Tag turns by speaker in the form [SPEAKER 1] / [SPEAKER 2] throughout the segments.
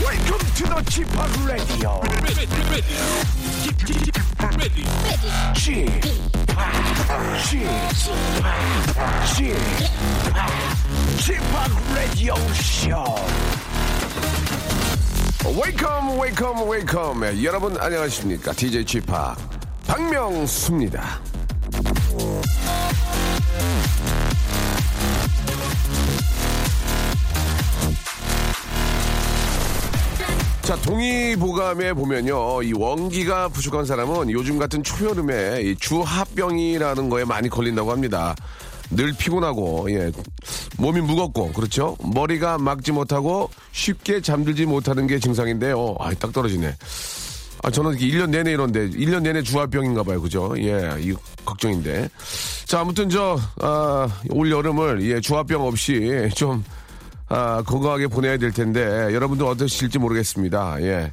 [SPEAKER 1] Welcome to the g p Radio. g p g p Radio Show.
[SPEAKER 2] 웨이컴 웨이컴 웨이컴 예, 여러분 안녕하십니까 DJ 지팍 박명수입니다 자 동의보감에 보면요 이 원기가 부족한 사람은 요즘 같은 초여름에 이 주합병이라는 거에 많이 걸린다고 합니다 늘 피곤하고 예 몸이 무겁고 그렇죠 머리가 막지 못하고 쉽게 잠들지 못하는 게 증상인데요 아딱 떨어지네 아, 저는 이게 1년 내내 이런데, 1년 내내 주화병인가 봐요. 그죠? 예, 이 걱정인데. 자, 아무튼 저, 아, 올 여름을, 예, 주화병 없이 좀, 아, 건강하게 보내야 될 텐데, 여러분들 어떠실지 모르겠습니다. 예.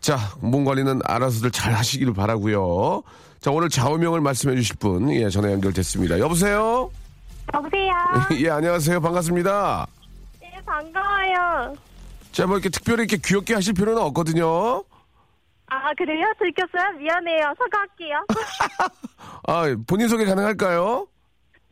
[SPEAKER 2] 자, 몸 관리는 알아서들 잘 하시기를 바라고요 자, 오늘 좌우명을 말씀해 주실 분, 예, 전화 연결됐습니다. 여보세요?
[SPEAKER 3] 여보세요.
[SPEAKER 2] 예, 안녕하세요. 반갑습니다.
[SPEAKER 3] 네, 반가워요.
[SPEAKER 2] 자, 뭐 이렇게 특별히 이렇게 귀엽게 하실 필요는 없거든요.
[SPEAKER 3] 아, 그래요? 들켰어요? 미안해요. 사과할게요.
[SPEAKER 2] 아, 본인 소개 가능할까요?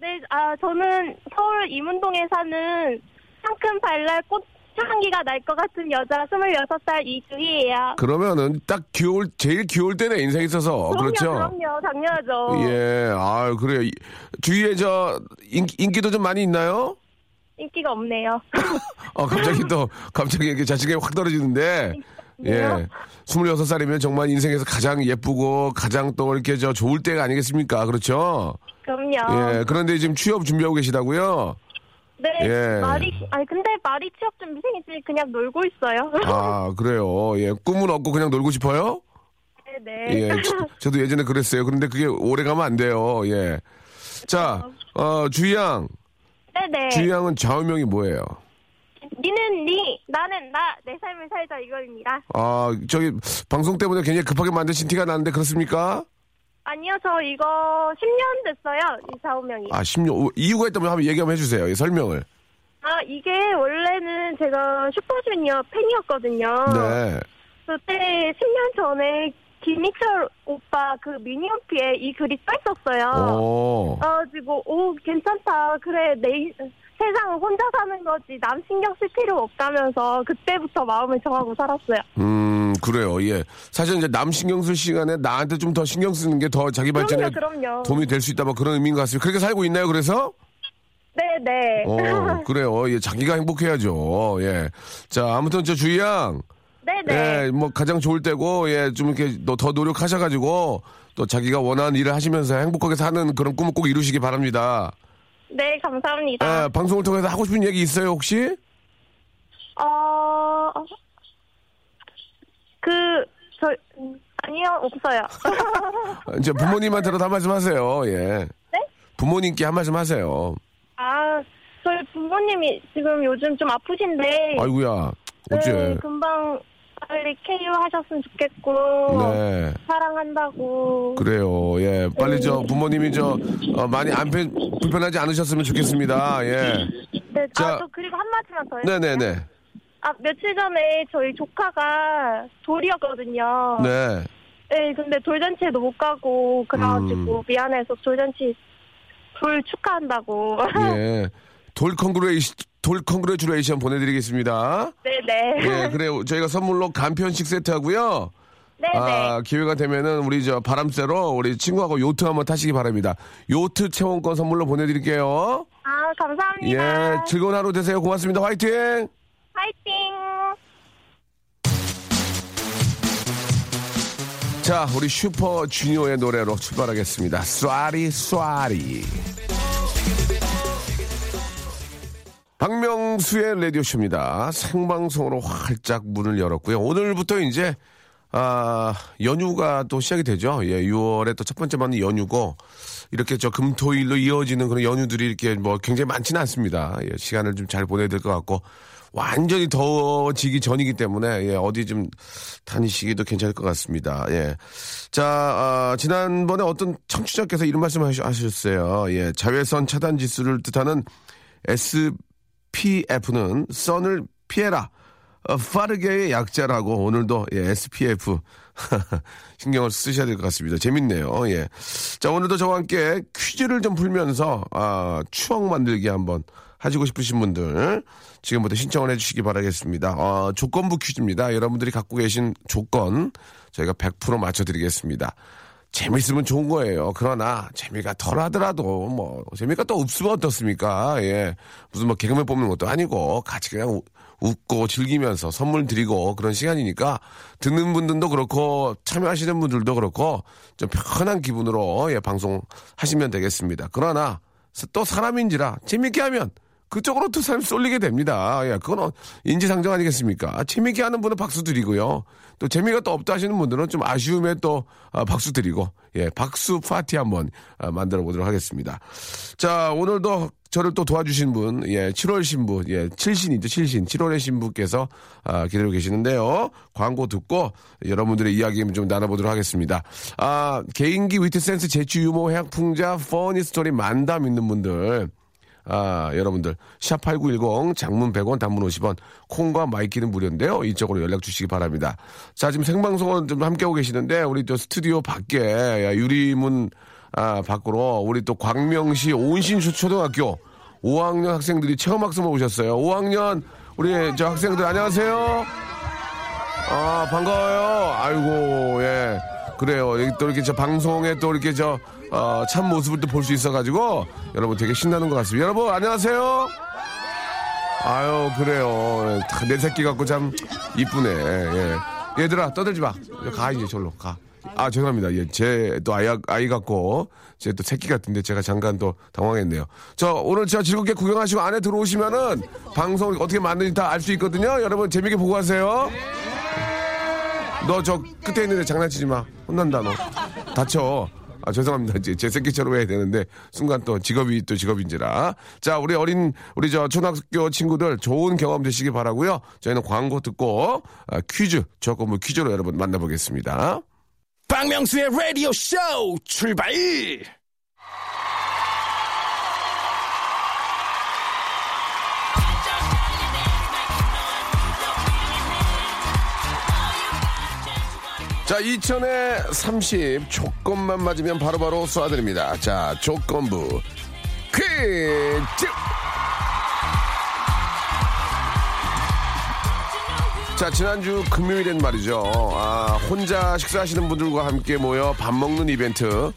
[SPEAKER 3] 네, 아, 저는 서울 이문동에 사는 상큼 발랄 꽃 향기가 날 것 같은 여자 26살 이주희예요.
[SPEAKER 2] 그러면은 딱 귀여울 제일 귀여울 때는 인생에 있어서 그렇죠.
[SPEAKER 3] 그럼요, 당연하죠.
[SPEAKER 2] 예, 아 그래요. 이- 주위에 저 인, 인기도 좀 많이 있나요?
[SPEAKER 3] 인기가 없네요.
[SPEAKER 2] 아 갑자기 또 갑자기 이렇게 자신감이 확 떨어지는데. 예.
[SPEAKER 3] 왜요?
[SPEAKER 2] 26살이면 정말 인생에서 가장 예쁘고 가장 또 이렇게 저 좋을 때가 아니겠습니까? 그렇죠?
[SPEAKER 3] 그럼요.
[SPEAKER 2] 예. 그런데 지금 취업 준비하고 계시다고요?
[SPEAKER 3] 네,
[SPEAKER 2] 예.
[SPEAKER 3] 말이, 아니, 근데 말이 취업 준비생이지 그냥 놀고 있어요.
[SPEAKER 2] 아, 그래요. 예. 꿈은 없고 그냥 놀고 싶어요?
[SPEAKER 3] 네, 네.
[SPEAKER 2] 예, 저, 도 예전에 그랬어요. 그런데 그게 오래 가면 안 돼요. 예. 자,
[SPEAKER 3] 아.
[SPEAKER 2] 어, 주희양.
[SPEAKER 3] 네, 네.
[SPEAKER 2] 주희양은 좌우명이 뭐예요?
[SPEAKER 3] 니는 니, 나는 나, 내 삶을 살자 이거입니다.
[SPEAKER 2] 아, 저기, 방송 때문에 굉장히 급하게 만드신 티가 나는데 그렇습니까?
[SPEAKER 3] 아니요, 저 이거 10년 됐어요, 이 사오명이.
[SPEAKER 2] 아, 16, 이유가 있다면 한번 얘기 한번 해주세요. 예, 설명을.
[SPEAKER 3] 아, 이게 원래는 제가 슈퍼주니어 팬이었거든요.
[SPEAKER 2] 네.
[SPEAKER 3] 그때 10년 전에 김익철 오빠 그 미니홈피에 이 글이 써 있었어요.
[SPEAKER 2] 오.
[SPEAKER 3] 그래가지고, 오, 괜찮다. 그래, 내 인- 세상은 혼자 사는 거지. 남 신경 쓸 필요 없다면서 그때부터 마음을 정하고 살았어요.
[SPEAKER 2] 음, 그래요. 예. 사실 이제 남 신경 쓸 시간에 나한테 좀 더 신경 쓰는 게 더 자기 발전에
[SPEAKER 3] 그럼요, 그럼요.
[SPEAKER 2] 도움이 될 수 있다. 뭐 그런 의미인 것 같습니다. 그렇게 살고 있나요, 그래서?
[SPEAKER 3] 네네.
[SPEAKER 2] 어, 그래요. 예, 자기가 행복해야죠. 예. 자, 아무튼 저 주희양.
[SPEAKER 3] 네네.
[SPEAKER 2] 예, 뭐 가장 좋을 때고 예, 좀 이렇게 너- 더 노력하셔가지고 또 자기가 원하는 일을 하시면서 행복하게 사는 그런 꿈을 꼭 이루시기 바랍니다.
[SPEAKER 3] 네, 감사합니다.
[SPEAKER 2] 예, 방송을 통해서 하고 싶은 얘기 있어요 혹시?
[SPEAKER 3] 어, 그, 저, 음, 아니요, 없어요.
[SPEAKER 2] 아, 이제 부모님한테라도 한 말씀 하세요. 예.
[SPEAKER 3] 네?
[SPEAKER 2] 부모님께 한 말씀 하세요.
[SPEAKER 3] 아, 저희 부모님이 지금 요즘 좀 아프신데,
[SPEAKER 2] 아이구야 어째?
[SPEAKER 3] 네, 금방 빨리 케어 하셨으면 좋겠고,
[SPEAKER 2] 네.
[SPEAKER 3] 사랑한다고.
[SPEAKER 2] 그래요. 예, 빨리 저
[SPEAKER 3] 네.
[SPEAKER 2] 부모님이 저 어, 많이 안 편, 불편하지 않으셨으면 좋겠습니다. 예.
[SPEAKER 3] 네,
[SPEAKER 2] 자.
[SPEAKER 3] 아, 저 그리고 한마디만 더 해요.
[SPEAKER 2] 네네네.
[SPEAKER 3] 아, 며칠 전에 저희 조카가 돌이었거든요.
[SPEAKER 2] 네.
[SPEAKER 3] 네, 근데 돌잔치에도 못 가고, 그래가지고
[SPEAKER 2] 음.
[SPEAKER 3] 미안해서 돌잔치 돌 축하한다고.
[SPEAKER 2] 예. 돌컨그레이시, 돌컨그레츄레이션 보내드리겠습니다.
[SPEAKER 3] 네네.
[SPEAKER 2] 예, 그래요. 저희가 선물로 간편식 세트 하고요.
[SPEAKER 3] 네네.
[SPEAKER 2] 아, 기회가 되면은 우리 저 바람쐬러 우리 친구하고 요트 한번 타시기 바랍니다. 요트 체험권 선물로 보내드릴게요.
[SPEAKER 3] 아,
[SPEAKER 2] 예,
[SPEAKER 3] 감사합니다.
[SPEAKER 2] 즐거운 하루 되세요. 고맙습니다. 화이팅!
[SPEAKER 3] 파이팅!
[SPEAKER 2] 자, 우리 슈퍼 주니어의 노래로 출발하겠습니다. 쏴리, 쏴리. 박명수의 라디오쇼입니다. 생방송으로 활짝 문을 열었고요. 오늘부터 이제, 아, 연휴가 또 시작이 되죠. 예, 6월에 또 첫 번째 맞는 연휴고, 이렇게 저 금토일로 이어지는 그런 연휴들이 이렇게 뭐 굉장히 많지는 않습니다. 예, 시간을 좀 잘 보내야 될 것 같고, 완전히 더워지기 전이기 때문에, 예, 어디 좀 다니시기도 괜찮을 것 같습니다. 예. 자, 아, 지난번에 어떤 청취자께서 이런 말씀 하셨- 하셨어요. 예, 자외선 차단 지수를 뜻하는 SPF는 선을 피해라. 어, 파르게의 약자라고 오늘도 예, SPF 신경을 쓰셔야 될 것 같습니다. 재밌네요. 예. 자 오늘도 저와 함께 퀴즈를 좀 풀면서 아, 추억 만들기 한번 하시고 싶으신 분들 지금부터 신청을 해주시기 바라겠습니다. 어, 조건부 퀴즈입니다. 여러분들이 갖고 계신 조건 저희가 100% 맞춰드리겠습니다. 재밌으면 좋은 거예요. 그러나 재미가 덜하더라도 뭐 재미가 또 없으면 어떻습니까? 예 무슨 뭐 개그맨 뽑는 것도 아니고 같이 그냥 우- 웃고 즐기면서 선물 드리고 그런 시간이니까 듣는 분들도 그렇고 참여하시는 분들도 그렇고 좀 편한 기분으로 예 방송 하시면 되겠습니다. 그러나 또 사람인지라 재밌게 하면 그쪽으로 두 사람 쏠리게 됩니다. 예, 그건 어- 인지상정 아니겠습니까? 아, 재미있게 하는 분은 박수 드리고요. 또 재미가 또 없다 하시는 분들은 좀 아쉬움에 또 아, 박수 드리고, 예, 박수 파티 한번 아, 만들어 보도록 하겠습니다. 자, 오늘도 저를 또 도와주신 분, 예, 7월 신부, 예, 7신이죠, 7신. 7월의 신부께서 아, 기다리고 계시는데요. 광고 듣고 여러분들의 이야기 좀 나눠보도록 하겠습니다. 아, 개인기 위트센스 재치 유머 해학풍자 퍼니스토리 만담 있는 분들. 아, 여러분들 샵8910 장문 100원 단문 50원 콩과 마이키는 무료인데요. 이쪽으로 연락 주시기 바랍니다. 자, 지금 생방송은 좀 함께하고 계시는데 우리 또 스튜디오 밖에 야, 유리문 아, 밖으로 우리 또 광명시 온신초 초등학교 5학년 학생들이 체험학습을 오셨어요. 5학년 우리 저 학생들 안녕하세요. 아 반가워요. 아이고 예 그래요. 여기 또 이렇게 저 방송에 또 이렇게 저 참 모습을 또 볼 수 있어가지고 여러분 되게 신나는 것 같습니다. 여러분 안녕하세요. 아유 그래요. 예, 다내 새끼 같고 참 이쁘네. 예. 얘들아 떠들지 마. 가 이제 절로 가. 아 죄송합니다. 예, 제 또 아이 아이 같고 제 또 새끼 같은데 제가 잠깐 또 당황했네요. 저 오늘 저 즐겁게 구경하시고 안에 들어오시면은 방송 어떻게 만드는지 다 알 수 있거든요. 여러분 재밌게 보고 가세요. 너 저 끝에 있는데 장난치지 마. 혼난다 너. 다쳐. 아 죄송합니다. 제, 제 새끼처럼 해야 되는데 순간 또 직업이 또 직업인지라. 자 우리 어린 우리 저 초등학교 친구들 좋은 경험 되시기 바라고요. 저희는 광고 듣고 아, 퀴즈 조금 뭐 퀴즈로 여러분 만나보겠습니다.
[SPEAKER 1] 박명수의 라디오 쇼 출발!
[SPEAKER 2] 자, 2000에 30 조건만 맞으면 바로바로 쏴드립니다. 자, 조건부 퀴즈! 자, 지난주 금요일엔 말이죠. 아, 혼자 식사하시는 분들과 함께 모여 밥 먹는 이벤트,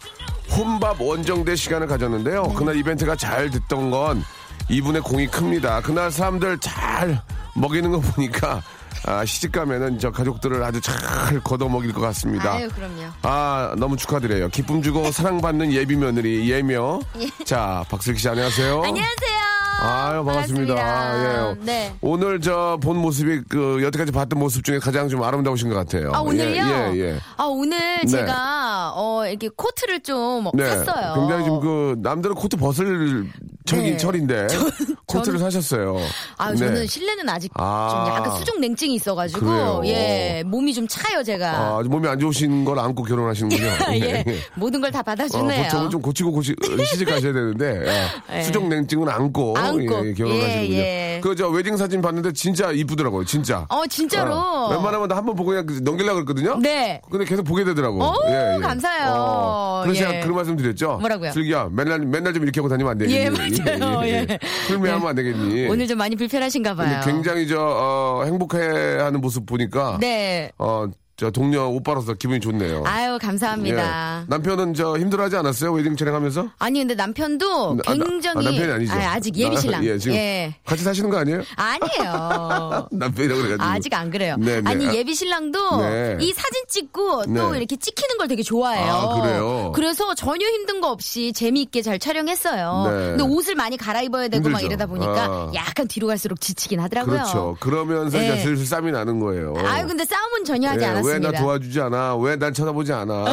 [SPEAKER 2] 혼밥 원정대 시간을 가졌는데요. 그날 이벤트가 잘 됐던 건 이분의 공이 큽니다. 그날 사람들 잘 먹이는 거 보니까 아, 시집 가면은 저 가족들을 아주 잘 걷어 먹일 것 같습니다.
[SPEAKER 4] 아유, 그럼요.
[SPEAKER 2] 아, 너무 축하드려요. 기쁨 주고 사랑받는 예비 며느리 예며. 자, 박슬기 씨 안녕하세요.
[SPEAKER 4] 안녕하세요.
[SPEAKER 2] 어? 아유, 반갑습니다. 아, 예.
[SPEAKER 4] 네.
[SPEAKER 2] 오늘 저 본 모습이 그 여태까지 봤던 모습 중에 가장 좀 아름다우신 것 같아요.
[SPEAKER 4] 아, 오늘요?
[SPEAKER 2] 예, 예. 예.
[SPEAKER 4] 아, 오늘 제가, 어, 이렇게 코트를 좀 샀어요.
[SPEAKER 2] 네. 굉장히 지금 그 남들은 코트 벗을 철이
[SPEAKER 4] 네.
[SPEAKER 2] 철인데 코트를
[SPEAKER 4] 저는-
[SPEAKER 2] 사셨어요.
[SPEAKER 4] 아,
[SPEAKER 2] 네.
[SPEAKER 4] 저는 실내는 아직
[SPEAKER 2] 아.
[SPEAKER 4] 좀 약간 수족 냉증이 있어가지고,
[SPEAKER 2] 그래요.
[SPEAKER 4] 예, 몸이 좀 차요, 제가.
[SPEAKER 2] 아, 아주 몸이 안 좋으신 걸 안고 결혼하시는군요.
[SPEAKER 4] 예,
[SPEAKER 2] 예.
[SPEAKER 4] 모든 걸 다
[SPEAKER 2] 어,
[SPEAKER 4] 받아주네요.
[SPEAKER 2] 보통은 좀 고치고 고치 시집 가셔야 되는데 예.
[SPEAKER 4] 예.
[SPEAKER 2] 수족냉증은 안고,
[SPEAKER 4] 안고.
[SPEAKER 2] 예, 결혼하시군요.
[SPEAKER 4] 예, 예.
[SPEAKER 2] 그 저 웨딩 사진 봤는데 진짜 이쁘더라고요, 진짜.
[SPEAKER 4] 어, 진짜로.
[SPEAKER 2] 어, 웬만하면 나 한 번 보고 그냥 넘기려고 그랬거든요.
[SPEAKER 4] 네.
[SPEAKER 2] 근데 계속 보게 되더라고. 예, 어.
[SPEAKER 4] 오, 감사해요.
[SPEAKER 2] 그래서
[SPEAKER 4] 예.
[SPEAKER 2] 제가 그런 말씀 드렸죠.
[SPEAKER 4] 뭐라고요?
[SPEAKER 2] 슬기야, 맨날 맨날 좀 이렇게 하고 다니면 안 되겠니?
[SPEAKER 4] 예, 맞아요. 예.
[SPEAKER 2] 풀매하면 안 되겠니?
[SPEAKER 4] 오늘 좀 많이 불편하신가
[SPEAKER 2] 예. 근데
[SPEAKER 4] 봐요.
[SPEAKER 2] 굉장히 저 어, 행복해하는 모습 보니까
[SPEAKER 4] 네.
[SPEAKER 2] 어 저 동료 오빠로서 기분이 좋네요.
[SPEAKER 4] 아유, 감사합니다.
[SPEAKER 2] 어. 예. 남편은 저 힘들어하지 않았어요? 웨딩 촬영하면서?
[SPEAKER 4] 아니, 근데 남편도
[SPEAKER 2] 아, 나-
[SPEAKER 4] 어, 굉장히.
[SPEAKER 2] 아, 남편이 아니죠.
[SPEAKER 4] 직
[SPEAKER 2] 나-
[SPEAKER 4] 예비신랑.
[SPEAKER 2] 예, 지금 같이 사시는 거 아니에요?
[SPEAKER 4] 아니에요.
[SPEAKER 2] 남편이라고 그래가지고.
[SPEAKER 4] 아직 안 그래요.
[SPEAKER 2] 네, 네.
[SPEAKER 4] 아니
[SPEAKER 2] 아,
[SPEAKER 4] 예비 신랑도
[SPEAKER 2] 네.
[SPEAKER 4] 이 사진 찍고 또
[SPEAKER 2] 네.
[SPEAKER 4] 이렇게 찍히는 걸 되게 좋아해요.
[SPEAKER 2] 아, 그래요?
[SPEAKER 4] 서 전혀 힘든 거 없이 재미있게 잘 촬영했어요.
[SPEAKER 2] 네.
[SPEAKER 4] 근데 옷을 많이 갈아입어야 되고 막
[SPEAKER 2] 힘들죠.
[SPEAKER 4] 이러다 보니까
[SPEAKER 2] 아.
[SPEAKER 4] 약간 뒤로 갈수록 지치긴 하더라고요.
[SPEAKER 2] 그렇죠. 그러면서
[SPEAKER 4] 예.
[SPEAKER 2] 이제 슬슬 쌈이 나는 거예요.
[SPEAKER 4] 아유 근데 싸움은 전혀 하지 않았습니다.
[SPEAKER 2] 예, 왜 나 도와주지 않아? 왜 난 쳐다보지 않아?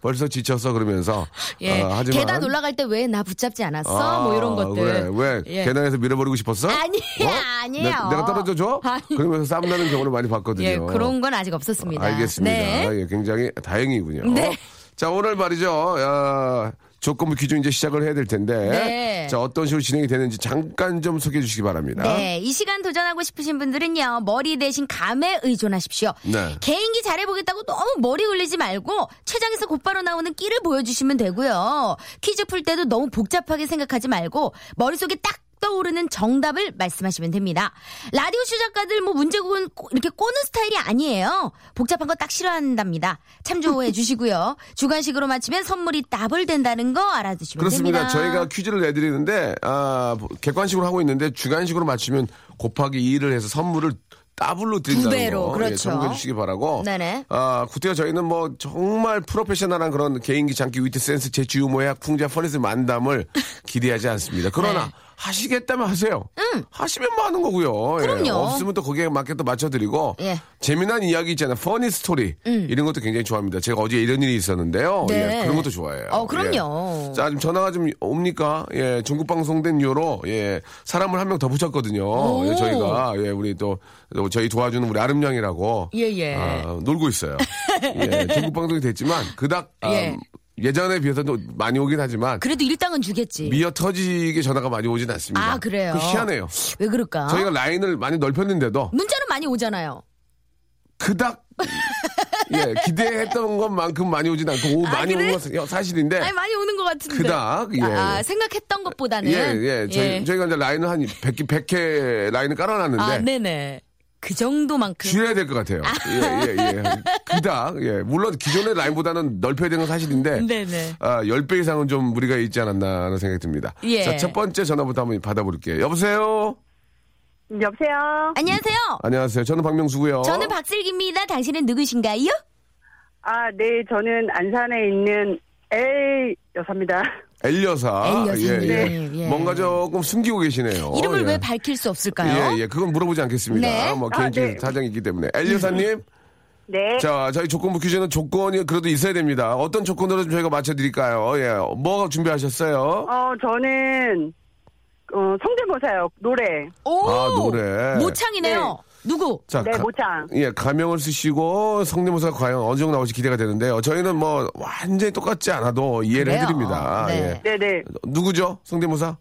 [SPEAKER 2] 벌써 지쳤어 그러면서.
[SPEAKER 4] 예.
[SPEAKER 2] 아, 하지만
[SPEAKER 4] 계단 올라갈 때 왜 나 붙잡지 않았어?
[SPEAKER 2] 아,
[SPEAKER 4] 뭐 이런 것들.
[SPEAKER 2] 그래. 왜
[SPEAKER 4] 예.
[SPEAKER 2] 계단에서 밀어버리고 싶었어?
[SPEAKER 4] 아니에요, 아니에요.
[SPEAKER 2] 내, 가 떨어져 줘?
[SPEAKER 4] 아니.
[SPEAKER 2] 그러면서 쌈 나는 경우를 많이 봤거든요.
[SPEAKER 4] 예, 그런 건 아직 없었습니다.
[SPEAKER 2] 알겠습니다.
[SPEAKER 4] 네.
[SPEAKER 2] 예, 굉장히 다행이군요.
[SPEAKER 4] 네.
[SPEAKER 2] 자, 오늘 말이죠. 야, 조건부 기준 이제 시작을 해야 될 텐데.
[SPEAKER 4] 네.
[SPEAKER 2] 자, 어떤 식으로 진행이 되는지 잠깐 좀 소개해 주시기 바랍니다.
[SPEAKER 4] 네, 이 시간 도전하고 싶으신 분들은요, 머리 대신 감에 의존하십시오.
[SPEAKER 2] 네.
[SPEAKER 4] 개인기 잘해보겠다고 너무 머리 올리지 말고, 최장에서 곧바로 나오는 끼를 보여주시면 되고요. 퀴즈 풀 때도 너무 복잡하게 생각하지 말고, 머릿속에 딱 떠오르는 정답을 말씀하시면 됩니다. 라디오 시작가들 뭐 문제곡은 꼬- 이렇게 꼬는 스타일이 아니에요. 복잡한 거 딱 싫어한답니다. 참조해 주시고요. 주관식으로 맞히면 선물이 따블된다는 거 알아두시면
[SPEAKER 2] 그렇습니다.
[SPEAKER 4] 됩니다.
[SPEAKER 2] 저희가 퀴즈를 내드리는데 아, 객관식으로 하고 있는데 주관식으로 맞추면 곱하기 2를 해서 선물을 더블로 드린다는
[SPEAKER 4] 두 배로,
[SPEAKER 2] 거 예,
[SPEAKER 4] 그렇죠.
[SPEAKER 2] 참고해 주시기 바라고.
[SPEAKER 4] 네네.
[SPEAKER 2] 아, 구태여 저희는 뭐 정말 프로페셔널한 그런 개인기 장기 위트 센스 재치 유머의 풍자 퍼니스 만담을 기대하지 않습니다. 그러나
[SPEAKER 4] 네. 음.
[SPEAKER 2] 하시겠다면 하세요. 하시면 뭐 하는 거고요. 예,
[SPEAKER 4] 그럼요.
[SPEAKER 2] 없으면 또 거기에 맞게 또 맞춰드리고
[SPEAKER 4] 예. 음.
[SPEAKER 2] 재미난 이야기 있잖아요. 퍼니 스토리 이런 것도 굉장히 좋아합니다. 제가 어제 이런 일이 있었는데요.
[SPEAKER 4] 네.
[SPEAKER 2] 예, 그런 것도 좋아해요.
[SPEAKER 4] 어, 그럼요.
[SPEAKER 2] 예. 자, 지금 전화가 좀 옵니까? 예, 중국 방송된 이후로 예, 사람을 한 명 더 붙였거든요. 예, 저희가 예, 우리 또 저희 도와주는 우리 아름양이라고
[SPEAKER 4] 예, 예.
[SPEAKER 2] 아, 놀고 있어요. 예, 중국 방송이 됐지만 그닥 아,
[SPEAKER 4] 예.
[SPEAKER 2] 예. 전에 비해서도 많이 오긴 하지만
[SPEAKER 4] 그래도 일당은 주겠지.
[SPEAKER 2] 미어 터지게 전화가 많이 오진 않습니다.
[SPEAKER 4] 아, 그래요? 아.
[SPEAKER 2] 그 희한해요.
[SPEAKER 4] 왜 그럴까?
[SPEAKER 2] 저희가 라인을 많이 넓혔는데도
[SPEAKER 4] 문자는 많이 오잖아요.
[SPEAKER 2] 그닥 예, 기대했던 것만큼 많이 오진 않고 오,
[SPEAKER 4] 아,
[SPEAKER 2] 많이
[SPEAKER 4] 그래?
[SPEAKER 2] 오는 건 사실인데
[SPEAKER 4] 아니 많이 오는 것 같은데.
[SPEAKER 2] 그닥, 예.
[SPEAKER 4] 아, 아, 생각했던 것보다는.
[SPEAKER 2] 예, 예. 저희, 저희가 이제 라인을 한 100개, 100회 라인을 깔아놨는데.
[SPEAKER 4] 아, 네네. 그 정도만큼.
[SPEAKER 2] 줄여야 될 것 같아요. 예, 예, 예. 그닥, 예. 물론 기존의 라인보다는 넓혀야 되는 건 사실인데.
[SPEAKER 4] 네네.
[SPEAKER 2] 아, 10배 이상은 좀 무리가 있지 않았나 하는 생각이 듭니다.
[SPEAKER 4] 예.
[SPEAKER 2] 자, 첫 번째 전화부터 한번 받아볼게요. 여보세요?
[SPEAKER 3] 여보세요.
[SPEAKER 4] 안녕하세요.
[SPEAKER 2] 안녕하세요. 저는 박명수고요
[SPEAKER 4] 저는 박슬기입니다. 당신은 누구신가요?
[SPEAKER 3] 아, 네, 저는 안산에 있는 L 여사입니다.
[SPEAKER 2] L 여사.
[SPEAKER 4] L 여사님. 예.
[SPEAKER 2] 뭔가 조금 숨기고 계시네요.
[SPEAKER 4] 이름을
[SPEAKER 2] 예.
[SPEAKER 4] 왜 밝힐 수 없을까요?
[SPEAKER 2] 예, 예. 그건 물어보지 않겠습니다.
[SPEAKER 4] 네.
[SPEAKER 2] 뭐
[SPEAKER 3] 아,
[SPEAKER 2] 개인적인
[SPEAKER 3] 네.
[SPEAKER 2] 사정이 있기 때문에. L 여사님.
[SPEAKER 3] 네.
[SPEAKER 2] 자, 저희 조건부 퀴즈는 조건이 그래도 있어야 됩니다. 어떤 조건으로 좀 저희가 맞춰드릴까요? 예. 뭐 준비하셨어요?
[SPEAKER 3] 어, 저는 어, 성대모사요. 노래.
[SPEAKER 4] 오!
[SPEAKER 2] 아, 노래. 예.
[SPEAKER 4] 모창이네요. 누구?
[SPEAKER 2] 자,
[SPEAKER 3] 네, 모창.
[SPEAKER 2] 예, 가명을 쓰시고 성대모사 과연 어느 정도 나올지 기대가 되는데요. 저희는 뭐 완전히 똑같지 않아도 이해를
[SPEAKER 4] 그래요.
[SPEAKER 2] 해드립니다.
[SPEAKER 4] 네.
[SPEAKER 2] 예.
[SPEAKER 3] 네, 네.
[SPEAKER 2] 누구죠? 성대모사?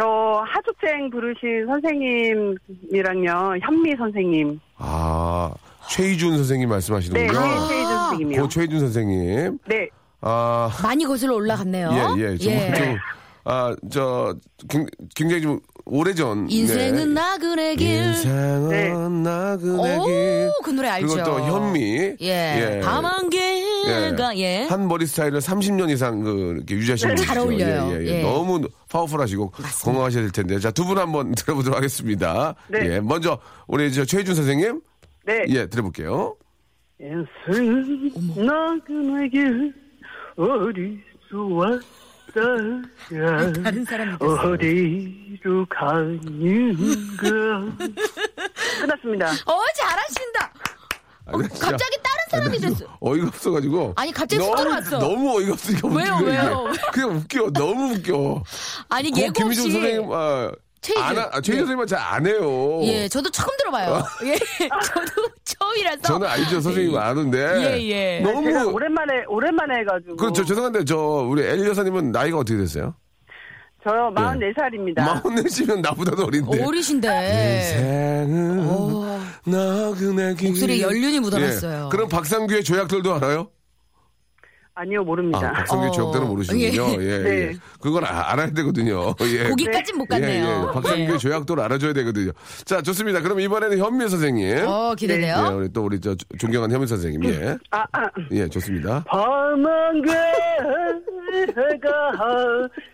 [SPEAKER 3] 저 하숙생 부르신 선생님이랑요. 현미 선생님.
[SPEAKER 2] 아, 최희준 선생님
[SPEAKER 3] 네,
[SPEAKER 2] 말씀하시는군요.
[SPEAKER 3] 최- 최희준 선생님이요.
[SPEAKER 2] 고 최희준 선생님.
[SPEAKER 3] 네.
[SPEAKER 2] 아,
[SPEAKER 4] 많이 거슬러 올라갔네요.
[SPEAKER 3] 어?
[SPEAKER 2] 예, 예. 좀, 좀, 아, 저, 굉- 굉장히 좀 오래전.
[SPEAKER 4] 인생은
[SPEAKER 2] 네.
[SPEAKER 4] 나그네 길.
[SPEAKER 2] 인생은
[SPEAKER 3] 네.
[SPEAKER 2] 나그네 길.
[SPEAKER 4] 오, 그 노래 알죠.
[SPEAKER 2] 그리고 또 현미.
[SPEAKER 4] 예. 밤안개가 예.
[SPEAKER 2] 한 머리 스타일을 30년 이상 그 이렇게 유지하시는 분이죠.
[SPEAKER 4] 잘 어울려요.
[SPEAKER 2] 예, 예, 예.
[SPEAKER 4] 예.
[SPEAKER 2] 너무 파워풀하시고 건강하셔야 될 텐데. 자, 두 분 한번 들어보도록 하겠습니다.
[SPEAKER 3] 네.
[SPEAKER 2] 예. 먼저 우리 저 최희준 선생님.
[SPEAKER 3] 네.
[SPEAKER 2] 예, 들어볼게요.
[SPEAKER 3] 인생은 나그네 길 어디서 왔다야.
[SPEAKER 4] 다른 사람이
[SPEAKER 3] 어디로 가는가 끝났습니다.
[SPEAKER 4] 어 잘하신다.
[SPEAKER 2] 아, 네, 진짜
[SPEAKER 4] 어, 갑자기 다른 사람이 됐어.
[SPEAKER 2] 어이가 없어가지고.
[SPEAKER 4] 아니, 갑자기 쑥
[SPEAKER 2] 너무,
[SPEAKER 4] 들어갔어.
[SPEAKER 2] 너무 어이가 없으니까
[SPEAKER 4] 왜요,
[SPEAKER 2] 웃기고 이게.
[SPEAKER 4] 왜요?
[SPEAKER 2] 그냥 웃겨. 너무 웃겨.
[SPEAKER 4] 아니
[SPEAKER 2] 고-
[SPEAKER 4] 예고
[SPEAKER 2] 김희준
[SPEAKER 4] 없이.
[SPEAKER 2] 선생님, 아,
[SPEAKER 4] 최희준.
[SPEAKER 2] 안 하- 아,
[SPEAKER 4] 예.
[SPEAKER 2] 최희준 선생님은 잘 안 해요.
[SPEAKER 4] 예, 저도 처음 들어봐요. 예, 저도 처음이라서.
[SPEAKER 2] 아, 저는 알죠, 선생님 아는데.
[SPEAKER 4] 아, 예, 예.
[SPEAKER 2] 너무.
[SPEAKER 3] 제가 오랜만에 오랜만에 해가지고
[SPEAKER 2] 그렇죠. 죄송한데, 저, 우리 엘 여사님은 나이가 어떻게 되세요?
[SPEAKER 3] 저 44살입니다.
[SPEAKER 2] 예. 마흔넷이면 나보다도 어린데.
[SPEAKER 4] 어리신데. 어.
[SPEAKER 2] 인생은 나그네 예. 길.
[SPEAKER 4] 목소리에 연륜이 묻어났어요.
[SPEAKER 2] 그럼 박상규의 조약돌도 알아요?
[SPEAKER 5] 아니요, 모릅니다.
[SPEAKER 2] 아, 박성규
[SPEAKER 4] 어.
[SPEAKER 2] 지역대는 모르시군요. 예,
[SPEAKER 5] 네.
[SPEAKER 2] 예. 그건 아- 알아야 되거든요. 예.
[SPEAKER 4] 거기까진 못 갔네요.
[SPEAKER 2] 예, 예. 박성규 조약도를 알아줘야 되거든요. 자, 좋습니다. 그럼 이번에는 현미 선생님.
[SPEAKER 4] 어, 기대돼요. 음.
[SPEAKER 2] 예, 우리 또 우리 저 존경하는 현미 선생님. 예.
[SPEAKER 5] 아, 아.
[SPEAKER 2] 예, 좋습니다.
[SPEAKER 5] 밤은 괴가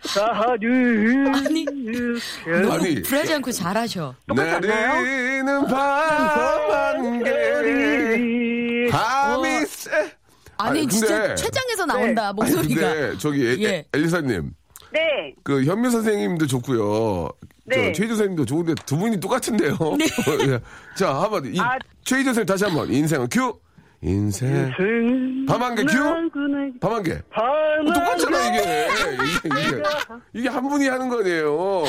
[SPEAKER 5] 사류
[SPEAKER 4] 아니,
[SPEAKER 2] 아니, 예.
[SPEAKER 4] 불하지 않고 잘하셔.
[SPEAKER 2] 내리는 밤한 개를 밤이 세.
[SPEAKER 4] 어.
[SPEAKER 2] 아니,
[SPEAKER 4] 아니,
[SPEAKER 2] 근데-
[SPEAKER 4] 진짜 최장에서 나온다,
[SPEAKER 2] 아니,
[SPEAKER 4] 목소리가.
[SPEAKER 2] 근데 저기 에-
[SPEAKER 4] 예.
[SPEAKER 2] 엘리사님.
[SPEAKER 5] 네.
[SPEAKER 2] 그 현미 선생님도 좋고요.
[SPEAKER 5] 네.
[SPEAKER 2] 최희준 선생님도 좋은데 두 분이 똑같은데요.
[SPEAKER 4] 네.
[SPEAKER 2] 예. 자, 한번 이
[SPEAKER 5] 아.
[SPEAKER 2] 최희준 선생님 다시 한번 인생 큐. 인생 밤한 개 큐.
[SPEAKER 5] 네.
[SPEAKER 2] 밤한 개. 어,
[SPEAKER 5] 밤은
[SPEAKER 2] 똑같잖아 이게. 이게 이게, 이게 한 분이 하는 거네요.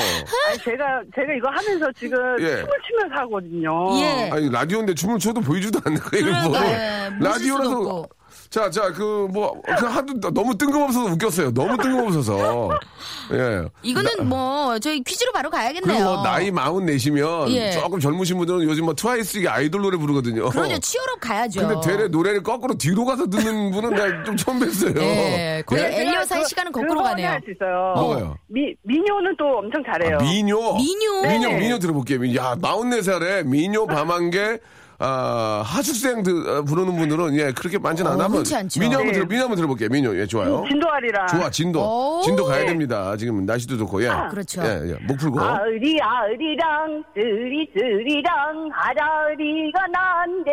[SPEAKER 5] 아니, 제가 제가 이거 하면서 지금
[SPEAKER 2] 예.
[SPEAKER 5] 춤을 추면서 하거든요.
[SPEAKER 4] 예.
[SPEAKER 2] 어, 아니 라디오인데 춤을 춰도 보이지도 않는 거예요. 뭐.
[SPEAKER 4] 그러니까, 예, 모실 수도
[SPEAKER 2] 라디오라서
[SPEAKER 4] 없고.
[SPEAKER 2] 자, 자, 그, 뭐, 그, 하도, 너무 뜬금없어서 웃겼어요. 너무 뜬금없어서. 예.
[SPEAKER 4] 이거는 뭐, 저희 퀴즈로 바로 가야겠네요.
[SPEAKER 2] 그리고 뭐 나이 마흔 내시면
[SPEAKER 4] 예.
[SPEAKER 2] 조금 젊으신 분들은 요즘 뭐 트와이스 이게 아이돌 노래 부르거든요.
[SPEAKER 4] 그러죠, 치어로 가야죠.
[SPEAKER 2] 근데 되레 노래를 거꾸로 뒤로 가서 듣는 분은 내가 좀 처음 뵀어요.
[SPEAKER 4] 예, 거의
[SPEAKER 2] 예?
[SPEAKER 4] 엘리어
[SPEAKER 5] 그-
[SPEAKER 4] 사의 시간은 거꾸로
[SPEAKER 5] 그거는
[SPEAKER 4] 가네요.
[SPEAKER 5] 할수 있어요.
[SPEAKER 2] 뭐예요?
[SPEAKER 5] 미, 민요는 또 엄청 잘해요.
[SPEAKER 2] 아, 미녀.
[SPEAKER 4] 미녀.
[SPEAKER 2] 미녀,
[SPEAKER 5] 네.
[SPEAKER 2] 미녀 들어볼게요. 미녀. 야, 44살에 미녀 밤한개 아, 하숙생 들- 어, 부르는 분들은 예, 그렇게 많진
[SPEAKER 4] 어,
[SPEAKER 2] 않아. 한번
[SPEAKER 4] 흔치 않죠.
[SPEAKER 2] 미녀 한번
[SPEAKER 5] 네.
[SPEAKER 2] 들어 미녀 한번 들어볼게요. 미녀. 예, 좋아요.
[SPEAKER 5] 음, 진도아리랑
[SPEAKER 2] 좋아, 진도.
[SPEAKER 4] 오.
[SPEAKER 2] 진도 가야
[SPEAKER 5] 네.
[SPEAKER 2] 됩니다. 지금 날씨도 좋고. 예.
[SPEAKER 4] 그렇죠.
[SPEAKER 2] 예, 예. 목 풀고.
[SPEAKER 5] 아으리 아으리랑 쓰리 쓰리랑 아라리가 난데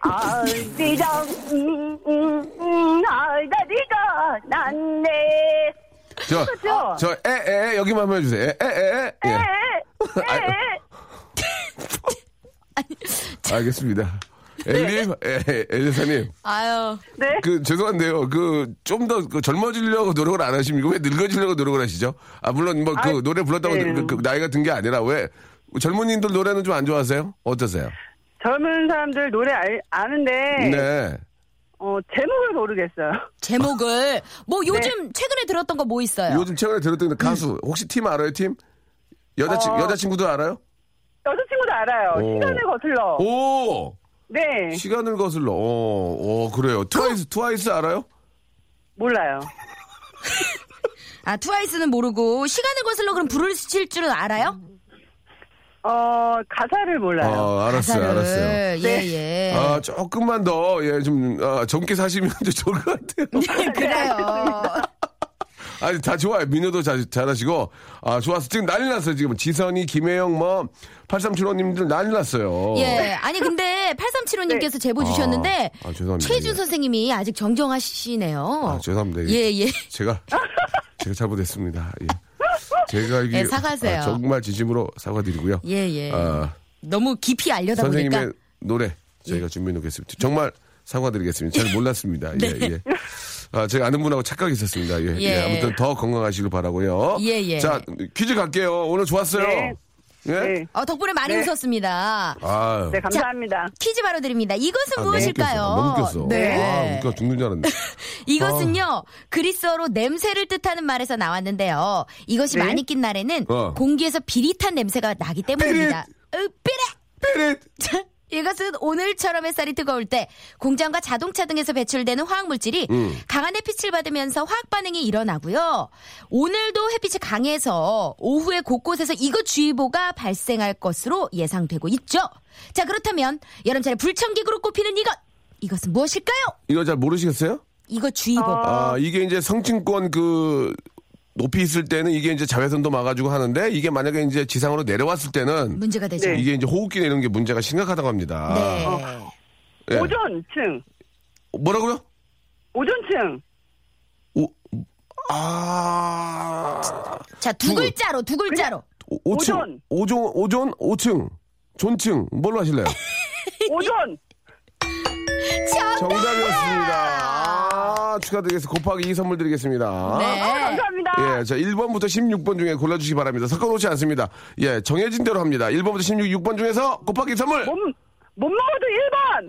[SPEAKER 5] 아으리랑 음, 음, 음, 아라리가 난데
[SPEAKER 2] 저,
[SPEAKER 5] 그렇죠?
[SPEAKER 2] 저, 에, 에, 여기만 한번 해주세요. 에, 에, 에.
[SPEAKER 3] 네.
[SPEAKER 2] 예. 알겠습니다.
[SPEAKER 5] 네.
[SPEAKER 2] 엘리, 에, 엘리사님.
[SPEAKER 4] 아유.
[SPEAKER 2] 그 죄송한데요. 그 좀 더 젊어지려고 노력을 안 하십니까? 왜 늙어지려고 노력을 하시죠? 아 물론 뭐 그 노래 불렀다고
[SPEAKER 5] 네.
[SPEAKER 2] 그- 그 나이가 든 게 아니라 왜 젊은이들 노래는 좀 안 좋아하세요? 어떠세요?
[SPEAKER 5] 젊은 사람들 노래 알, 아는데
[SPEAKER 6] 네.
[SPEAKER 2] 네.
[SPEAKER 5] 어, 제목을 모르겠어요.
[SPEAKER 4] 제목을. 뭐
[SPEAKER 5] 네.
[SPEAKER 4] 요즘 최근에 들었던 거 뭐 있어요?
[SPEAKER 2] 요즘 최근에 들었던 그 가수 혹시 팀 알아요? 팀 여자 친 여자 친구도 알아요?
[SPEAKER 5] 여자친구도 알아요.
[SPEAKER 2] 오.
[SPEAKER 5] 시간을 거슬러.
[SPEAKER 6] 어.
[SPEAKER 2] 오
[SPEAKER 5] 네,
[SPEAKER 2] 시간을 거슬러. 오, 오 그래요. 트와이스 트와이스 알아요?
[SPEAKER 5] 몰라요.
[SPEAKER 4] 아, 트와이스는 모르고, 시간을 거슬러 그럼 불을 스칠 줄은 알아요?
[SPEAKER 5] 어, 가사를
[SPEAKER 6] 네.
[SPEAKER 5] 몰라요.
[SPEAKER 2] 아 알았어요,
[SPEAKER 4] 가사를.
[SPEAKER 2] 알았어요.
[SPEAKER 4] 네, 예, 예.
[SPEAKER 2] 아 조금만 더예좀 아, 젊게 사시면 좀 좋을 것 같아요.
[SPEAKER 4] 네, 그래요.
[SPEAKER 2] 아니 다 좋아요. 민호도 잘, 잘하시고 아 좋았어. 지금 난리 났어요. 지금 지선이, 김혜영, 뭐 8375님들 난리 났어요.
[SPEAKER 4] 예. 아니, 근데 8375님께서 제보 주셨는데,
[SPEAKER 2] 아, 죄송합니다.
[SPEAKER 4] 최준
[SPEAKER 2] 예.
[SPEAKER 4] 선생님이 아직 정정하시네요.
[SPEAKER 2] 아 죄송합니다. 이게
[SPEAKER 4] 예, 예.
[SPEAKER 2] 제가 제가 잘못했습니다. 예. 제가 이게
[SPEAKER 4] 예, 사과하세요.
[SPEAKER 2] 아, 정말 진심으로 사과드리고요.
[SPEAKER 4] 예, 예.
[SPEAKER 2] 아,
[SPEAKER 4] 너무 깊이 알려다
[SPEAKER 2] 선생님의
[SPEAKER 4] 보니까. 예.
[SPEAKER 2] 노래 저희가 준비해 놓겠습니다. 정말 사과드리겠습니다. 잘 몰랐습니다. 예, 예. 아, 제가 아는 분하고 착각이 있었습니다. 예, 예.
[SPEAKER 4] 네. 예.
[SPEAKER 2] 아무튼 더 건강하시길 바라고요.
[SPEAKER 4] 예, 예.
[SPEAKER 2] 자, 퀴즈 갈게요. 오늘 좋았어요.
[SPEAKER 5] 네.
[SPEAKER 2] 예?
[SPEAKER 5] 네.
[SPEAKER 4] 어, 덕분에 많이
[SPEAKER 5] 네.
[SPEAKER 4] 웃었습니다.
[SPEAKER 2] 아유.
[SPEAKER 5] 네, 감사합니다.
[SPEAKER 4] 퀴즈 바로 드립니다. 이것은
[SPEAKER 2] 아,
[SPEAKER 4] 무엇일까요?
[SPEAKER 2] 너무 웃겼어. 너무 웃겼어.
[SPEAKER 4] 네.
[SPEAKER 2] 아, 웃겨 죽는 줄 알았네.
[SPEAKER 4] 이것은요, 그리스어로 냄새를 뜻하는 말에서 나왔는데요. 이것이 많이 낀 날에는
[SPEAKER 2] 어.
[SPEAKER 4] 공기에서 비릿한 냄새가 나기 때문입니다. 으, 비릿!
[SPEAKER 2] 삐릿!
[SPEAKER 4] 이것은 오늘처럼 햇살이 뜨거울 때 공장과 자동차 등에서 배출되는 화학물질이 강한 햇빛을 받으면서 화학반응이 일어나고요. 오늘도 햇빛이 강해서 오후에 곳곳에서 이것주의보가 발생할 것으로 예상되고 있죠. 자, 그렇다면 여름철에 불청객으로 꼽히는 이것! 이것은 무엇일까요?
[SPEAKER 2] 이거 잘 모르시겠어요?
[SPEAKER 4] 이거 주의보.
[SPEAKER 2] 아, 이게 이제 성층권 그 높이 있을 때는 이게 이제 자외선도 막아주고 하는데 이게 만약에 이제 지상으로 내려왔을 때는
[SPEAKER 4] 문제가 되죠.
[SPEAKER 5] 네.
[SPEAKER 2] 이게 이제 호흡기 내는 게 문제가 심각하다고 합니다.
[SPEAKER 4] 네.
[SPEAKER 2] 예.
[SPEAKER 5] 오존층,
[SPEAKER 2] 뭐라고요?
[SPEAKER 5] 오존층.
[SPEAKER 2] 오, 아,
[SPEAKER 4] 자, 두
[SPEAKER 2] 두-
[SPEAKER 4] 글자로, 두 글자로.
[SPEAKER 2] 오- 오층, 오존, 오존, 오층, 존층, 뭘로 하실래요?
[SPEAKER 5] 오존!
[SPEAKER 4] 참.
[SPEAKER 2] 정답이었습니다. 아, 축하드리겠습니다. 곱하기 2 선물 드리겠습니다.
[SPEAKER 4] 네.
[SPEAKER 5] 감사합니다.
[SPEAKER 2] 예, 자, 1번부터 16번 중에 골라주시기 바랍니다. 섞어놓지 않습니다. 예, 정해진 대로 합니다. 1번부터 16, 6번 중에서 곱하기 선물!
[SPEAKER 5] 몸, 몸 음,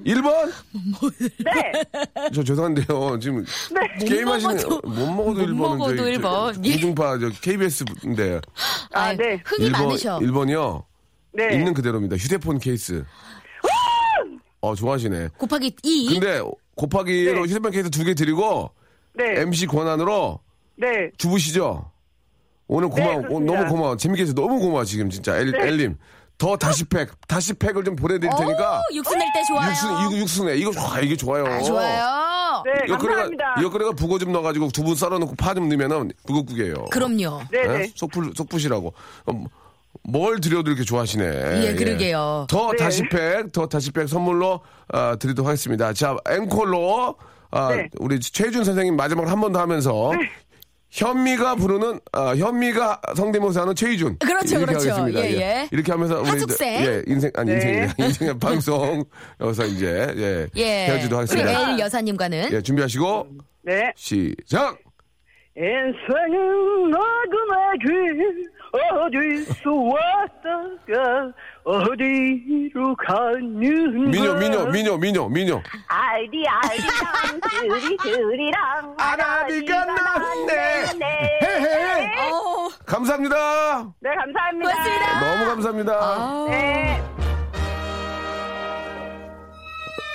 [SPEAKER 5] 먹어도 1번!
[SPEAKER 2] 1번!
[SPEAKER 5] 네!
[SPEAKER 2] 저 죄송한데요. 지금
[SPEAKER 5] 네.
[SPEAKER 2] 게임 하시는,
[SPEAKER 4] 먹어도-
[SPEAKER 2] 못 먹어도
[SPEAKER 4] 못
[SPEAKER 2] 1번은.
[SPEAKER 4] 먹어도 일 번. 예.
[SPEAKER 2] 공중파, 저 KBS인데.
[SPEAKER 5] 아,
[SPEAKER 4] 아유,
[SPEAKER 5] 네.
[SPEAKER 4] 흥이 많으셔.
[SPEAKER 2] 1번이요.
[SPEAKER 5] 네.
[SPEAKER 2] 있는 그대로입니다. 휴대폰 케이스. 어, 좋아하시네.
[SPEAKER 4] 곱하기 2.
[SPEAKER 2] 근데 곱하기로
[SPEAKER 5] 네.
[SPEAKER 2] 휴대폰 케이스 두 개 드리고
[SPEAKER 5] 네.
[SPEAKER 2] MC 권한으로
[SPEAKER 5] 네.
[SPEAKER 2] 주부시죠. 오늘 고마워.
[SPEAKER 5] 그렇습니다.
[SPEAKER 2] 오늘 너무 고마워. 재밌게 해서 너무 고마워 지금 진짜 엘, 엘님. 더 다시 팩, 다시 팩을 좀 보내드릴 테니까
[SPEAKER 4] 오, 육수 낼 때 좋아요.
[SPEAKER 2] 육수, 이거 육수네. 이거 좋아, 이게 좋아요.
[SPEAKER 4] 아, 좋아요.
[SPEAKER 5] 네,
[SPEAKER 2] 이거 끓여가-
[SPEAKER 5] 감사합니다.
[SPEAKER 2] 이거 끓여가 북어 좀 넣어가지고 두부 썰어놓고 파 좀 넣으면은 북어국이에요.
[SPEAKER 4] 그럼요.
[SPEAKER 5] 네,
[SPEAKER 2] 예?
[SPEAKER 5] 네.
[SPEAKER 2] 속풀 속푸시라고. 음, 뭘 드려도 이렇게 좋아하시네. 예,
[SPEAKER 4] 그러게요.
[SPEAKER 2] 더
[SPEAKER 5] 네.
[SPEAKER 2] 다시 팩, 더 다시 팩 선물로 아, 드리도록 하겠습니다. 자, 앵콜로 아,
[SPEAKER 5] 네.
[SPEAKER 2] 우리 최준 선생님 마지막으로 한 번 더 하면서 현미가 부르는 아, 현미가 성대모사는 최희준.
[SPEAKER 4] 그렇죠,
[SPEAKER 2] 이렇게
[SPEAKER 4] 그렇죠.
[SPEAKER 2] 하겠습니다.
[SPEAKER 4] 예, 예.
[SPEAKER 2] 이렇게 하면서 우리
[SPEAKER 4] 하숙생.
[SPEAKER 2] 예, 인생 아니
[SPEAKER 5] 네.
[SPEAKER 2] 인생이 인생 방송 여기서 이제 예,
[SPEAKER 4] 예.
[SPEAKER 2] 헤어지도록
[SPEAKER 4] 우리
[SPEAKER 2] 하겠습니다.
[SPEAKER 4] 엘 여사님과는
[SPEAKER 2] 예, 준비하시고
[SPEAKER 5] 네.
[SPEAKER 2] 시작.
[SPEAKER 5] 인생은 나그네길 어디서 왔다가 어디로 갔는가
[SPEAKER 2] 미녀, 미녀, 미녀, 미녀, 미녀.
[SPEAKER 3] 알디 알디랑 그리 그리랑
[SPEAKER 2] 아라비가 났네. 헤헤.
[SPEAKER 4] 어,
[SPEAKER 2] 감사합니다.
[SPEAKER 5] 네 감사합니다
[SPEAKER 4] 고맙습니다. 아.
[SPEAKER 2] 너무 감사합니다.
[SPEAKER 5] 네.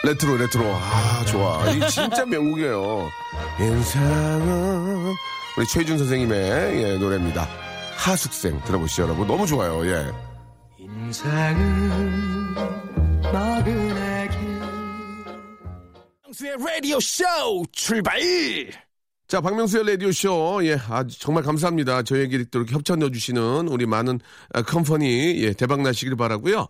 [SPEAKER 2] 레트로, 레트로. 아, 좋아. 이 진짜 명곡이에요. 인생은 우리 최준 선생님의 예, 노래입니다. 하숙생 들어보시죠, 여러분. 너무 좋아요. 예.
[SPEAKER 1] 인생은 나그네길 수의 라디오 쇼 출발
[SPEAKER 2] 자, 박명수의 라디오쇼. 예, 아, 정말 감사합니다. 저희에게 또 이렇게 협찬해주시는 우리 많은 아, 컴퍼니, 예, 대박나시길 바라고요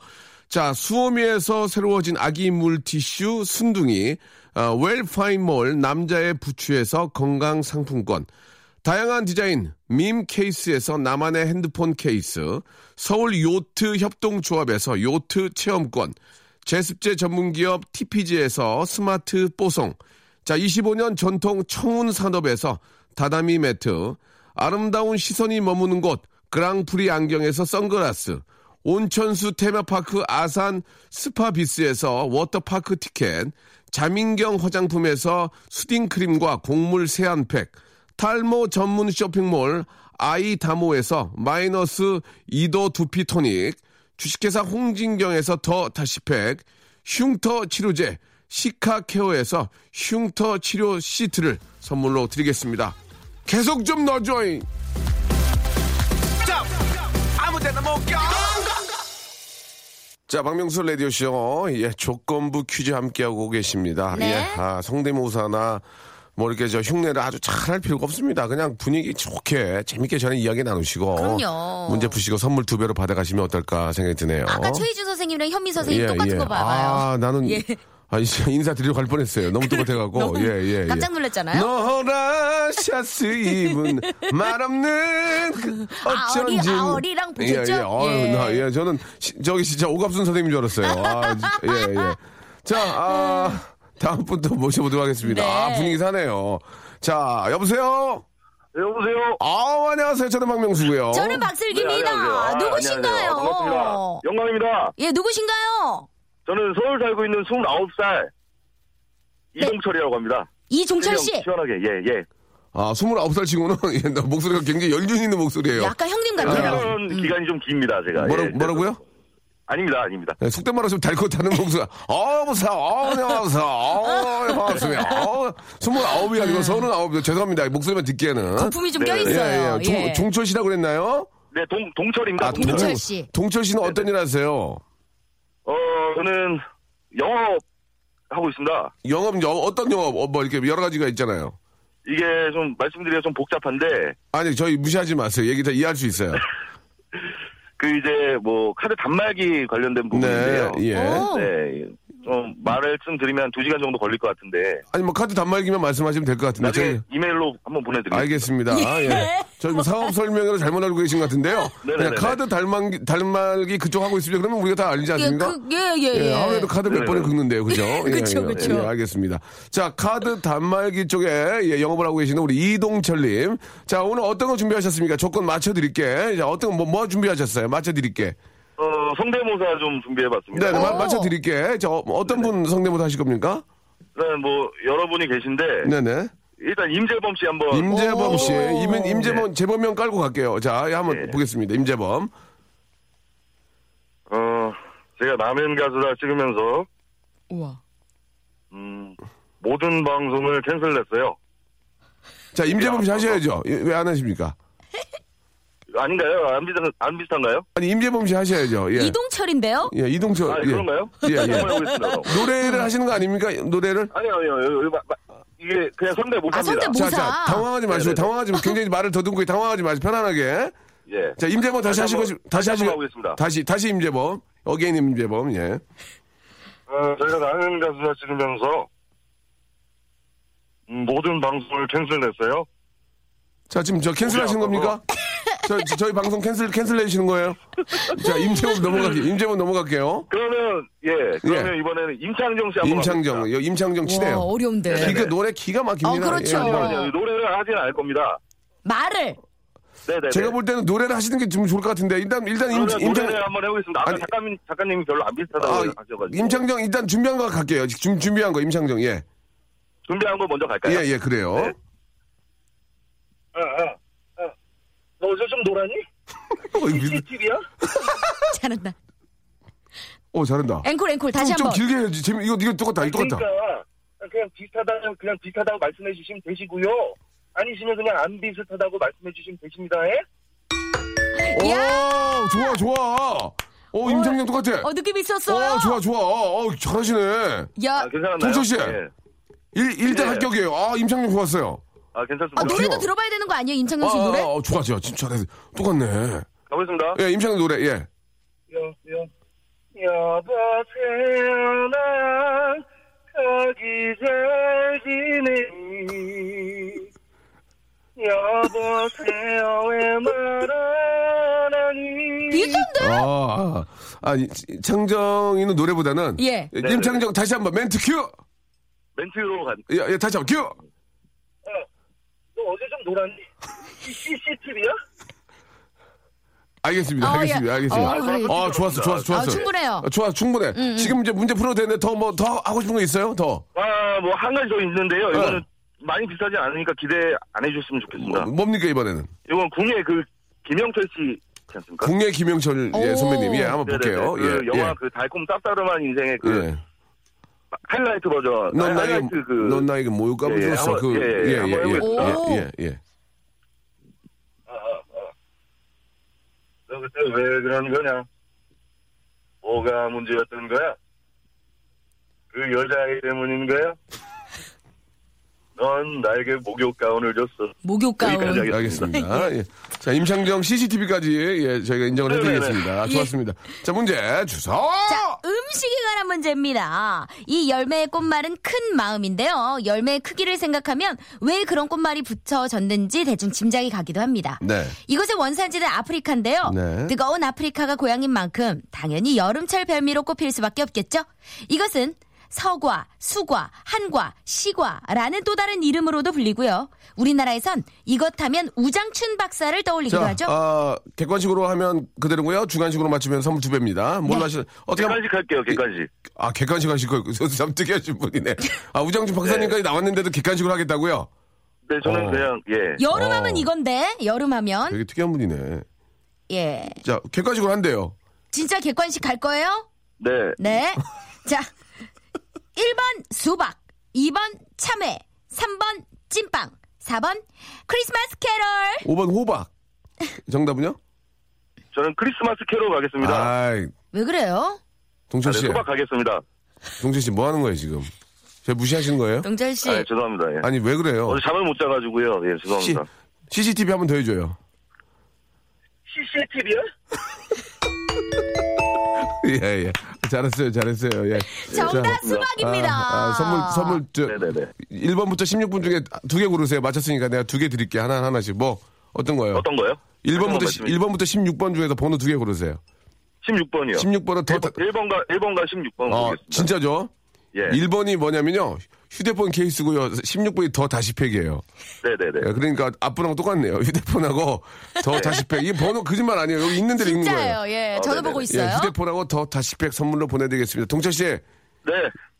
[SPEAKER 2] 자, 수오미에서 새로워진 아기 물티슈 순둥이, 아, 웰파인몰 남자의 부추에서 건강상품권, 다양한 디자인, 밈 케이스에서 나만의 핸드폰 케이스, 서울 요트 협동조합에서 요트 체험권, 제습제 전문기업 TPG에서 스마트 뽀송, 자 25년 전통 청운 산업에서 다다미 매트, 아름다운 시선이 머무는 곳 그랑프리 안경에서 선글라스, 온천수 테마파크 아산 스파비스에서 워터파크 티켓, 자민경 화장품에서 수딩크림과 곡물 세안팩, 탈모 전문 쇼핑몰 아이다모에서 마이너스 2도 두피 토닉, 주식회사 홍진경에서 더 다시팩, 흉터 치료제 시카케어에서 흉터 치료 시트를 선물로 드리겠습니다. 계속 좀 넣어줘잉.
[SPEAKER 1] 아무데나 못가
[SPEAKER 2] 자, 박명수 라디오쇼, 예, 조건부 퀴즈 함께하고 계십니다.
[SPEAKER 4] 네.
[SPEAKER 2] 예, 아, 성대모사나, 뭐, 이렇게 저 흉내를 아주 잘 할 필요가 없습니다. 그냥 분위기 좋게, 재밌게 저는 이야기 나누시고.
[SPEAKER 4] 그럼요.
[SPEAKER 2] 문제 푸시고 선물 두 배로 받아가시면 어떨까 생각이 드네요. 예,
[SPEAKER 4] 아까 최희준 선생님이랑 현미 선생님 똑같은 거 봐봐요.
[SPEAKER 2] 아, 나는.
[SPEAKER 4] 예.
[SPEAKER 2] 아, 이제 인사드리러 갈 뻔했어요. 너무 똑같아가고.
[SPEAKER 4] 너무
[SPEAKER 2] 예, 예, 예.
[SPEAKER 4] 깜짝 놀랐잖아요.
[SPEAKER 2] 노라 샤스 입은 말 없는 그 어쩐지.
[SPEAKER 4] 아오리, 아오리랑 보셨죠?
[SPEAKER 2] 예, 예. 아유,
[SPEAKER 4] 예.
[SPEAKER 2] 나, 예. 저는 시- 저기 진짜 오갑순 선생님인 줄 알았어요. 아, 지- 예, 예. 자, 아, 다음 분 또 모셔보도록 하겠습니다.
[SPEAKER 4] 네.
[SPEAKER 2] 아, 분위기 사네요. 자, 여보세요?
[SPEAKER 6] 네, 여보세요.
[SPEAKER 2] 아 안녕하세요. 저는 박명수고요
[SPEAKER 4] 저는
[SPEAKER 6] 네,
[SPEAKER 4] 박슬기입니다. 아, 누구신가요?
[SPEAKER 6] 아, 반갑습니다. 영광입니다.
[SPEAKER 4] 예, 누구신가요?
[SPEAKER 6] 저는 서울 살고 있는 29살 이동철이라고 합니다.
[SPEAKER 4] 이종철 씨.
[SPEAKER 6] 시원하게 예 예.
[SPEAKER 2] 아, 29살 친구는 예, 나 목소리가 굉장히 연륜 있는 목소리예요
[SPEAKER 4] 약간 형님 같아요.
[SPEAKER 6] 훈련 기간이 좀 깁니다 제가.
[SPEAKER 2] 뭐라,
[SPEAKER 6] 예.
[SPEAKER 2] 뭐라고요?
[SPEAKER 6] 아닙니다 아닙니다.
[SPEAKER 2] 네, 속된 말로 좀 달고 타는 목소리. 어, 무사, 어, 네, 무사, 어, 네, 반갑습니다. 어, 29이 아니고 39. 죄송합니다. 목소리만 듣기에는.
[SPEAKER 4] 거품이 좀
[SPEAKER 6] 네.
[SPEAKER 4] 껴있어요.
[SPEAKER 2] 예, 예. 종, 철 씨라고 그랬나요?
[SPEAKER 6] 네 동 동철입니다.
[SPEAKER 2] 아, 동-
[SPEAKER 6] 동철.
[SPEAKER 4] 동철 씨.
[SPEAKER 2] 동철 씨는 어떤 일 하세요?
[SPEAKER 6] 어 저는 영업 하고 있습니다.
[SPEAKER 2] 영업, 영 어떤 영업, 어, 뭐, 이렇게 여러 가지가 있잖아요.
[SPEAKER 6] 이게 좀 말씀드리기가 좀 복잡한데
[SPEAKER 2] 아니, 저희 무시하지 마세요. 얘기 다 이해할 수 있어요.
[SPEAKER 6] 그 이제 뭐 카드 단말기 관련된
[SPEAKER 2] 네,
[SPEAKER 6] 부분인데요.
[SPEAKER 2] 예.
[SPEAKER 4] 오.
[SPEAKER 6] 네. 좀 말을 좀 드리면 두 시간 정도 걸릴 것 같은데
[SPEAKER 2] 아니, 뭐, 카드 단말기만 말씀하시면 될 것 같은데.
[SPEAKER 6] 나중에
[SPEAKER 2] 네, 저희,
[SPEAKER 6] 이메일로 한번 보내드릴게요.
[SPEAKER 2] 알겠습니다. 아, 예. 저희 뭐 사업 설명회를 잘못 알고 계신 것 같은데요.
[SPEAKER 6] 네네네네.
[SPEAKER 2] 그냥 카드 단말기, 단말기 그쪽 하고 있으면 그러면 우리가 다 알지
[SPEAKER 4] 예,
[SPEAKER 2] 않습니까?
[SPEAKER 4] 그, 예, 예,
[SPEAKER 2] 예,
[SPEAKER 4] 예.
[SPEAKER 2] 하루에도 카드 몇
[SPEAKER 6] 네.
[SPEAKER 2] 번을 긁는데요, 그죠? 예,
[SPEAKER 4] 그쵸,
[SPEAKER 2] 예,
[SPEAKER 4] 그쵸.
[SPEAKER 2] 예, 알겠습니다. 자, 카드 단말기 쪽에 예, 영업을 하고 계시는 우리 이동철님. 자, 오늘 어떤 거 준비하셨습니까? 조건 맞춰드릴게. 자, 어떤 거, 뭐, 뭐 준비하셨어요? 맞춰드릴게.
[SPEAKER 6] 어, 성대모사 좀 준비해봤습니다.
[SPEAKER 2] 네, 네, 마-
[SPEAKER 4] 오.
[SPEAKER 2] 맞춰드릴게. 자, 어, 어떤 분 성대모사 하실 겁니까?
[SPEAKER 6] 일단 뭐 여러분이 계신데
[SPEAKER 2] 네네.
[SPEAKER 6] 일단 임재범 씨 한번
[SPEAKER 2] 임재범 씨. 임, 임재범, 재범형 깔고 갈게요. 자, 예, 한번
[SPEAKER 6] 네.
[SPEAKER 2] 보겠습니다. 임재범.
[SPEAKER 6] 어 제가 라면 가수다 찍으면서
[SPEAKER 2] 아,
[SPEAKER 4] 우와.
[SPEAKER 6] 음 모든 방송을 캔슬했어요.
[SPEAKER 2] 자, 임재범 씨 하셔야죠. 예, 왜 안 하십니까?
[SPEAKER 6] 아닌가요? 안 비슷한 안 비슷한가요?
[SPEAKER 2] 아니, 임재범 씨 하셔야죠. 예.
[SPEAKER 4] 이동철인데요?
[SPEAKER 2] 예, 이동철.
[SPEAKER 6] 아
[SPEAKER 2] 예.
[SPEAKER 6] 그런가요?
[SPEAKER 2] 예, 예.
[SPEAKER 6] 한번 해보겠습니다. 그럼.
[SPEAKER 2] 노래를 하시는 거 아닙니까? 노래를?
[SPEAKER 6] 아니요 아니요 여기 마- 마- 이게 그냥 선배 못
[SPEAKER 4] 아,
[SPEAKER 6] 합니다.
[SPEAKER 4] 선배 못-
[SPEAKER 2] 자,
[SPEAKER 4] 모사.
[SPEAKER 2] 자, 당황하지 마시고,
[SPEAKER 6] 네네네.
[SPEAKER 2] 당황하지 마시고, 굉장히 말을 더듬고 당황하지 마시고, 편안하게.
[SPEAKER 6] 예.
[SPEAKER 2] 자, 임재범 다시
[SPEAKER 6] 다시
[SPEAKER 2] 하시고,
[SPEAKER 6] 한번-
[SPEAKER 2] 싶- 다시
[SPEAKER 6] 다시 한번
[SPEAKER 2] 하시고.
[SPEAKER 6] 하겠습니다.
[SPEAKER 2] 다시, 다시 임재범. 어게인 임재범, 예.
[SPEAKER 6] 어, 저희가 나는 가수가 찍으면서 음, 모든 방송을 캔슬했어요.
[SPEAKER 2] 자, 지금 저 캔슬 하시는 겁니까? 저, 저- 저희 방송 캔슬, 캔슬 해주시는 거예요? 자, 임재범 넘어갈게요. 임재범 넘어갈게요.
[SPEAKER 6] 그러면 예 그러면 이번에는 임창정 씨 한번
[SPEAKER 2] 임창정,
[SPEAKER 6] 가보겠습니다.
[SPEAKER 2] 여- 임창정
[SPEAKER 4] 와,
[SPEAKER 2] 치네요. 그러니까
[SPEAKER 4] 어려운데.
[SPEAKER 2] 기가, 노래 기가 막힙니다.
[SPEAKER 4] 어, 그렇죠.
[SPEAKER 2] 예, 한번.
[SPEAKER 6] 잠시만요. 노래를 하진 않을 겁니다.
[SPEAKER 4] 말을.
[SPEAKER 6] 네네.
[SPEAKER 2] 제가 볼 때는 노래를 하시는 게 좀 좋을 것 같은데, 일단, 일단 임,
[SPEAKER 6] 노래,
[SPEAKER 2] 임창,
[SPEAKER 6] 노래를 한번 해보겠습니다. 아까
[SPEAKER 2] 아니-
[SPEAKER 6] 작가님 작가님이 별로 안 비슷하다고
[SPEAKER 2] 아,
[SPEAKER 6] 하셔가지고
[SPEAKER 2] 임창정 일단 준비한 거 갈게요. 지금 준비한 거, 임창정, 예.
[SPEAKER 6] 준비한 거 먼저 갈까요?
[SPEAKER 2] 예, 예, 그래요.
[SPEAKER 6] 네. 어, 어, 어. 너 어제 좀 놀았니?
[SPEAKER 2] 어, 이-
[SPEAKER 6] TV야?
[SPEAKER 4] 잘한다.
[SPEAKER 2] 어, 잘한다.
[SPEAKER 4] 앵콜, 앵콜. 다시
[SPEAKER 2] 좀,
[SPEAKER 4] 한 번.
[SPEAKER 2] 좀 길게 해야지. 재미, 이거, 이거 똑같다, 이거 똑같다.
[SPEAKER 6] 그러니까 그냥 비슷하다고 그냥 비슷하다고 말씀해 주시면 되시고요. 아니시면 그냥 안 비슷하다고 말씀해 주시면 되십니다. 예?
[SPEAKER 2] 그러니까. 오, 좋아, 좋아. 어, 임창정 똑같아.
[SPEAKER 4] 어, 느낌 있었어요?
[SPEAKER 2] 어, 좋아, 좋아. 어, 잘하시네.
[SPEAKER 4] 야,
[SPEAKER 6] 아, 괜찮았나요?
[SPEAKER 2] 동철 씨.
[SPEAKER 6] 예.
[SPEAKER 2] 일, 일단
[SPEAKER 6] 예.
[SPEAKER 2] 합격이에요. 아, 임창정 좋았어요.
[SPEAKER 6] 아, 괜찮습니다.
[SPEAKER 4] 아, 노래도
[SPEAKER 2] 귀여워.
[SPEAKER 4] 들어봐야 되는 거 아니에요?
[SPEAKER 2] 아,
[SPEAKER 4] 임창정 씨 노래?
[SPEAKER 6] 어,
[SPEAKER 2] 아, 아, 좋아, 좋아. 진짜 잘했어. 똑같네.
[SPEAKER 6] 가보겠습니다.
[SPEAKER 2] 예, 임창정 노래, 예.
[SPEAKER 6] 여, 여. 여보세요, 나 가기 잘 지내니. 여보세요, 왜 말 안 하니.
[SPEAKER 4] 비슷한데?
[SPEAKER 2] 아, 아, 이- 창정이는 노래보다는.
[SPEAKER 4] 예.
[SPEAKER 2] 임창정 다시 한번 멘트 큐!
[SPEAKER 6] 멘트로 간.
[SPEAKER 2] 예, 예, 다시 한번 큐!
[SPEAKER 6] 너 어제 좀 놀았니? CCTV야?
[SPEAKER 2] 알겠습니다.
[SPEAKER 4] 어, 예.
[SPEAKER 2] 알겠습니다. 알겠습니다.
[SPEAKER 4] 어, 예.
[SPEAKER 2] 아, 좋았어, 좋았어, 좋았어.
[SPEAKER 4] 아, 충분해요. 음,
[SPEAKER 2] 아, 좋아, 충분해. 지금 이제 문제 풀어도 되는데 더 뭐, 더 하고 싶은 거 있어요? 더.
[SPEAKER 6] 아, 뭐, 한 가지 더 있는데요.
[SPEAKER 2] 네.
[SPEAKER 6] 이거는 많이 비싸지 않으니까 기대 안 해주셨으면 좋겠습니다.
[SPEAKER 2] 뭐, 뭡니까, 이번에는?
[SPEAKER 6] 이건 궁예 그, 김영철 씨, 있지 않습니까?
[SPEAKER 2] 국내 김영철 예,
[SPEAKER 4] 오.
[SPEAKER 2] 선배님. 예, 한번 볼게요.
[SPEAKER 6] 그
[SPEAKER 2] 예.
[SPEAKER 6] 영화 그 달콤 쌉싸름한 인생의
[SPEAKER 2] 예.
[SPEAKER 6] 그
[SPEAKER 2] 예.
[SPEAKER 6] 하이라이트 버전. 아니,
[SPEAKER 2] 넌 나에게,
[SPEAKER 6] 하이라이트 그.
[SPEAKER 2] 넌 나에게 모욕 감을
[SPEAKER 6] 예, 예,
[SPEAKER 2] 줬어.
[SPEAKER 6] 한번-
[SPEAKER 2] 그,
[SPEAKER 6] 예, 예,
[SPEAKER 2] 예, 예,
[SPEAKER 6] 한번
[SPEAKER 4] 해보겠습니다.
[SPEAKER 2] 예, 예, 예.
[SPEAKER 6] 너 그때 왜 그런 거냐? 뭐가 문제였던 거야? 그 여자아이 때문인 거야? 넌 나에게 목욕 가운을 줬어.
[SPEAKER 4] 목욕 가운.
[SPEAKER 6] 여기까지 하겠습니다.
[SPEAKER 2] 알겠습니다. 예. 자, 임창정 CCTV까지 예, 저희가 인정을 해드리겠습니다.
[SPEAKER 6] 예.
[SPEAKER 4] 네.
[SPEAKER 2] 좋았습니다. 자, 문제 주소!
[SPEAKER 4] 자, 음식에 관한 문제입니다. 이 열매의 꽃말은 큰 마음인데요. 열매의 크기를 생각하면 왜 그런 꽃말이 붙여졌는지 대충 짐작이 가기도 합니다.
[SPEAKER 2] 네.
[SPEAKER 4] 이곳의 원산지는 아프리카인데요.
[SPEAKER 2] 네.
[SPEAKER 4] 뜨거운 아프리카가 고향인 만큼 당연히 여름철 별미로 꼽힐 수밖에 없겠죠. 이것은 서과, 수과, 한과, 시과라는 또 다른 이름으로도 불리고요. 우리나라에선 이것 하면 우장춘 박사를 떠올리기도
[SPEAKER 2] 자,
[SPEAKER 4] 하죠.
[SPEAKER 2] 아, 객관식으로 하면 그대로고요. 주관식으로 맞추면 선물 두 배입니다. 뭘로
[SPEAKER 4] 네.
[SPEAKER 2] 하시는, 어떻게 하면-
[SPEAKER 6] 예. 객관식 할게요, 객관식.
[SPEAKER 2] 아, 객관식 하실 거예요. 잠뜨게 하신 분이네. 아, 우장준 박사님까지 나왔는데도 객관식으로 하겠다고요?
[SPEAKER 6] 네, 저는
[SPEAKER 2] 어.
[SPEAKER 6] 그냥, 예.
[SPEAKER 4] 여름하면
[SPEAKER 2] 어.
[SPEAKER 4] 이건데 여름하면
[SPEAKER 2] 되게 특이한 분이네.
[SPEAKER 4] 예
[SPEAKER 2] 자, 객관식으로 한대요.
[SPEAKER 4] 진짜 객관식 갈 거예요?
[SPEAKER 6] 네.
[SPEAKER 4] 네. 자, 1번 수박, 2번 참외, 3번 찐빵, 4번 크리스마스 캐럴.
[SPEAKER 2] 5번 호박. 정답은요?
[SPEAKER 6] 저는 크리스마스 캐롤 가겠습니다. 아, 네,
[SPEAKER 2] 아이,
[SPEAKER 4] 왜 그래요?
[SPEAKER 2] 동철 씨.
[SPEAKER 6] 수박 가겠습니다.
[SPEAKER 2] 동철 씨 뭐 하는 거예요, 지금? 제 무시하시는 거예요?
[SPEAKER 4] 동철 씨.
[SPEAKER 6] 아, 예, 죄송합니다. 예.
[SPEAKER 2] 아니, 왜 그래요?
[SPEAKER 6] 어제 잠을 못 자가지고요. 예,
[SPEAKER 2] 시,
[SPEAKER 6] 죄송합니다.
[SPEAKER 2] CCTV 한 번 더 해줘요.
[SPEAKER 6] CCTV요?
[SPEAKER 2] 예, 예. 잘했어요, 잘했어요. 예.
[SPEAKER 4] 정답
[SPEAKER 2] 자,
[SPEAKER 4] 수박입니다.
[SPEAKER 2] 아, 아, 선물, 선물, 저,
[SPEAKER 6] 네네네.
[SPEAKER 2] 1번부터 16분 중에 두 개 고르세요. 맞췄으니까 내가 두 개 드릴게요. 하나, 하나씩. 뭐, 어떤 거예요?
[SPEAKER 6] 어떤 거요? 네,
[SPEAKER 2] 1번부터,
[SPEAKER 6] 말씀해
[SPEAKER 2] 1번부터 16번 중에서 번호 두 개 고르세요.
[SPEAKER 6] 16번이요.
[SPEAKER 2] 16번은 더,
[SPEAKER 6] 1번과, 1번과 16번
[SPEAKER 2] 어,
[SPEAKER 6] 보겠습니다.
[SPEAKER 2] 진짜죠?
[SPEAKER 6] 예.
[SPEAKER 2] 1번이 뭐냐면요. 휴대폰 케이스고요. 16번이 더 다시팩이에요.
[SPEAKER 6] 네네네.
[SPEAKER 2] 예, 그러니까 앞분하고 똑같네요. 휴대폰하고 더 다시팩. 이 번호 거짓말 아니에요. 여기 있는 대로 읽는 거예요.
[SPEAKER 4] 진짜예요. 예,
[SPEAKER 6] 어,
[SPEAKER 4] 저도
[SPEAKER 6] 네네네.
[SPEAKER 4] 보고
[SPEAKER 2] 예,
[SPEAKER 4] 있어요.
[SPEAKER 2] 휴대폰하고 더 다시팩 선물로 보내드리겠습니다. 동철 씨,
[SPEAKER 6] 네.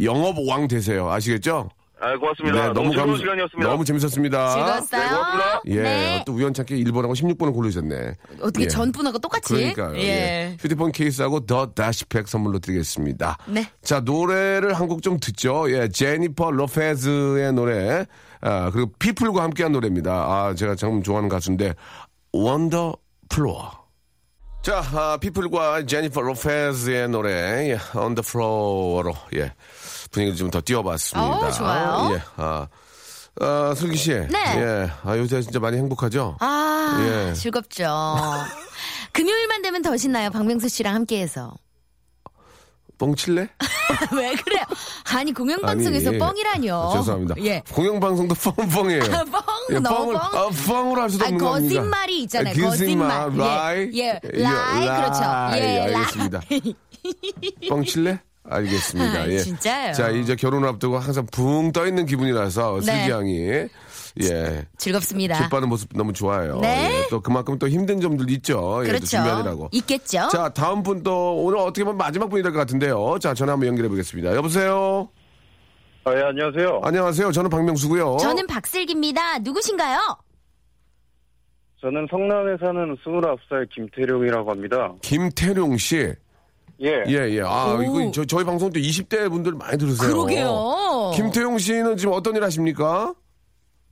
[SPEAKER 2] 영업 왕 되세요. 아시겠죠?
[SPEAKER 6] 아, 고맙습니다. 너무 즐거운
[SPEAKER 2] 네, 감-
[SPEAKER 6] 시간이었습니다.
[SPEAKER 2] 너무 재밌었습니다.
[SPEAKER 6] 네,
[SPEAKER 4] 즐거웠어요.
[SPEAKER 6] 고맙습니다.
[SPEAKER 2] 예,
[SPEAKER 4] 네.
[SPEAKER 2] 또 우연찮게 1번하고 16번을 고르셨네.
[SPEAKER 4] 어떻게
[SPEAKER 2] 예.
[SPEAKER 4] 전분하고 똑같이?
[SPEAKER 2] 그러니까요. 예. 휴대폰 케이스하고 더 다시팩 선물로 드리겠습니다.
[SPEAKER 4] 네.
[SPEAKER 2] 자, 노래를 한 곡 좀 듣죠. 예, 제니퍼 로페즈의 노래. 아, 그리고 피플과 함께한 노래입니다. 아, 제가 참 좋아하는 가수인데, 원더 플로어. 자, 아, 피플과 제니퍼 로페즈의 노래, 예, On the Floor로, 예, 분위기를 좀 더 띄워봤습니다.
[SPEAKER 4] 어, 좋아요.
[SPEAKER 2] 예, 아, 아, 슬기 씨.
[SPEAKER 4] 네.
[SPEAKER 2] 예, 아, 요새 진짜 많이 행복하죠?
[SPEAKER 4] 아,
[SPEAKER 2] 예.
[SPEAKER 4] 즐겁죠. 금요일만 되면 더 신나요. 박명수 씨랑 함께해서.
[SPEAKER 2] 뻥 칠래?
[SPEAKER 4] 왜 그래요? 아니 공영방송에서
[SPEAKER 2] 아니, 예.
[SPEAKER 4] 뻥이라뇨.
[SPEAKER 2] 죄송합니다.
[SPEAKER 4] 예.
[SPEAKER 2] 공영방송도 뻥뻥이에요.
[SPEAKER 4] 아, 뻥, 너무
[SPEAKER 2] 뻥을,
[SPEAKER 4] 뻥.
[SPEAKER 2] 아, 뻥으로 할 수도
[SPEAKER 4] 아니,
[SPEAKER 2] 없는 겁니다.
[SPEAKER 4] 거짓말이 있잖아요.
[SPEAKER 2] 아, 거짓말,
[SPEAKER 4] 거짓말.
[SPEAKER 2] 라이.
[SPEAKER 4] 예, 예, 라이, 그렇죠. 예,
[SPEAKER 2] 알겠습니다. 뻥 칠래? 알겠습니다.
[SPEAKER 4] 아,
[SPEAKER 2] 예.
[SPEAKER 4] 진짜요?
[SPEAKER 2] 자, 이제 결혼을 앞두고 항상 붕 떠 있는 기분이라서
[SPEAKER 4] 네.
[SPEAKER 2] 슬기 양이 예.
[SPEAKER 4] 즐겁습니다.
[SPEAKER 2] 기뻐하는 모습 너무 좋아요.
[SPEAKER 4] 네.
[SPEAKER 2] 예, 또 그만큼 또 힘든 점들도 있죠. 예, 또
[SPEAKER 4] 그렇죠.
[SPEAKER 2] 준비하느라고.
[SPEAKER 4] 있겠죠.
[SPEAKER 2] 자, 다음 분 또 오늘 어떻게 보면 마지막 분이 될 것 같은데요. 자, 전화 한번 연결해 보겠습니다. 여보세요.
[SPEAKER 6] 아, 예, 안녕하세요.
[SPEAKER 2] 안녕하세요. 저는 박명수고요.
[SPEAKER 4] 저는 박슬기입니다. 누구신가요?
[SPEAKER 6] 저는 성남에 사는 29살 김태룡이라고 합니다.
[SPEAKER 2] 김태룡 씨.
[SPEAKER 6] 예.
[SPEAKER 2] 예, 예. 아,
[SPEAKER 4] 오.
[SPEAKER 2] 이거 저, 저희 방송 때 20대 분들 많이 들으세요.
[SPEAKER 4] 그러게요.
[SPEAKER 2] 김태용 씨는 지금 어떤 일 하십니까?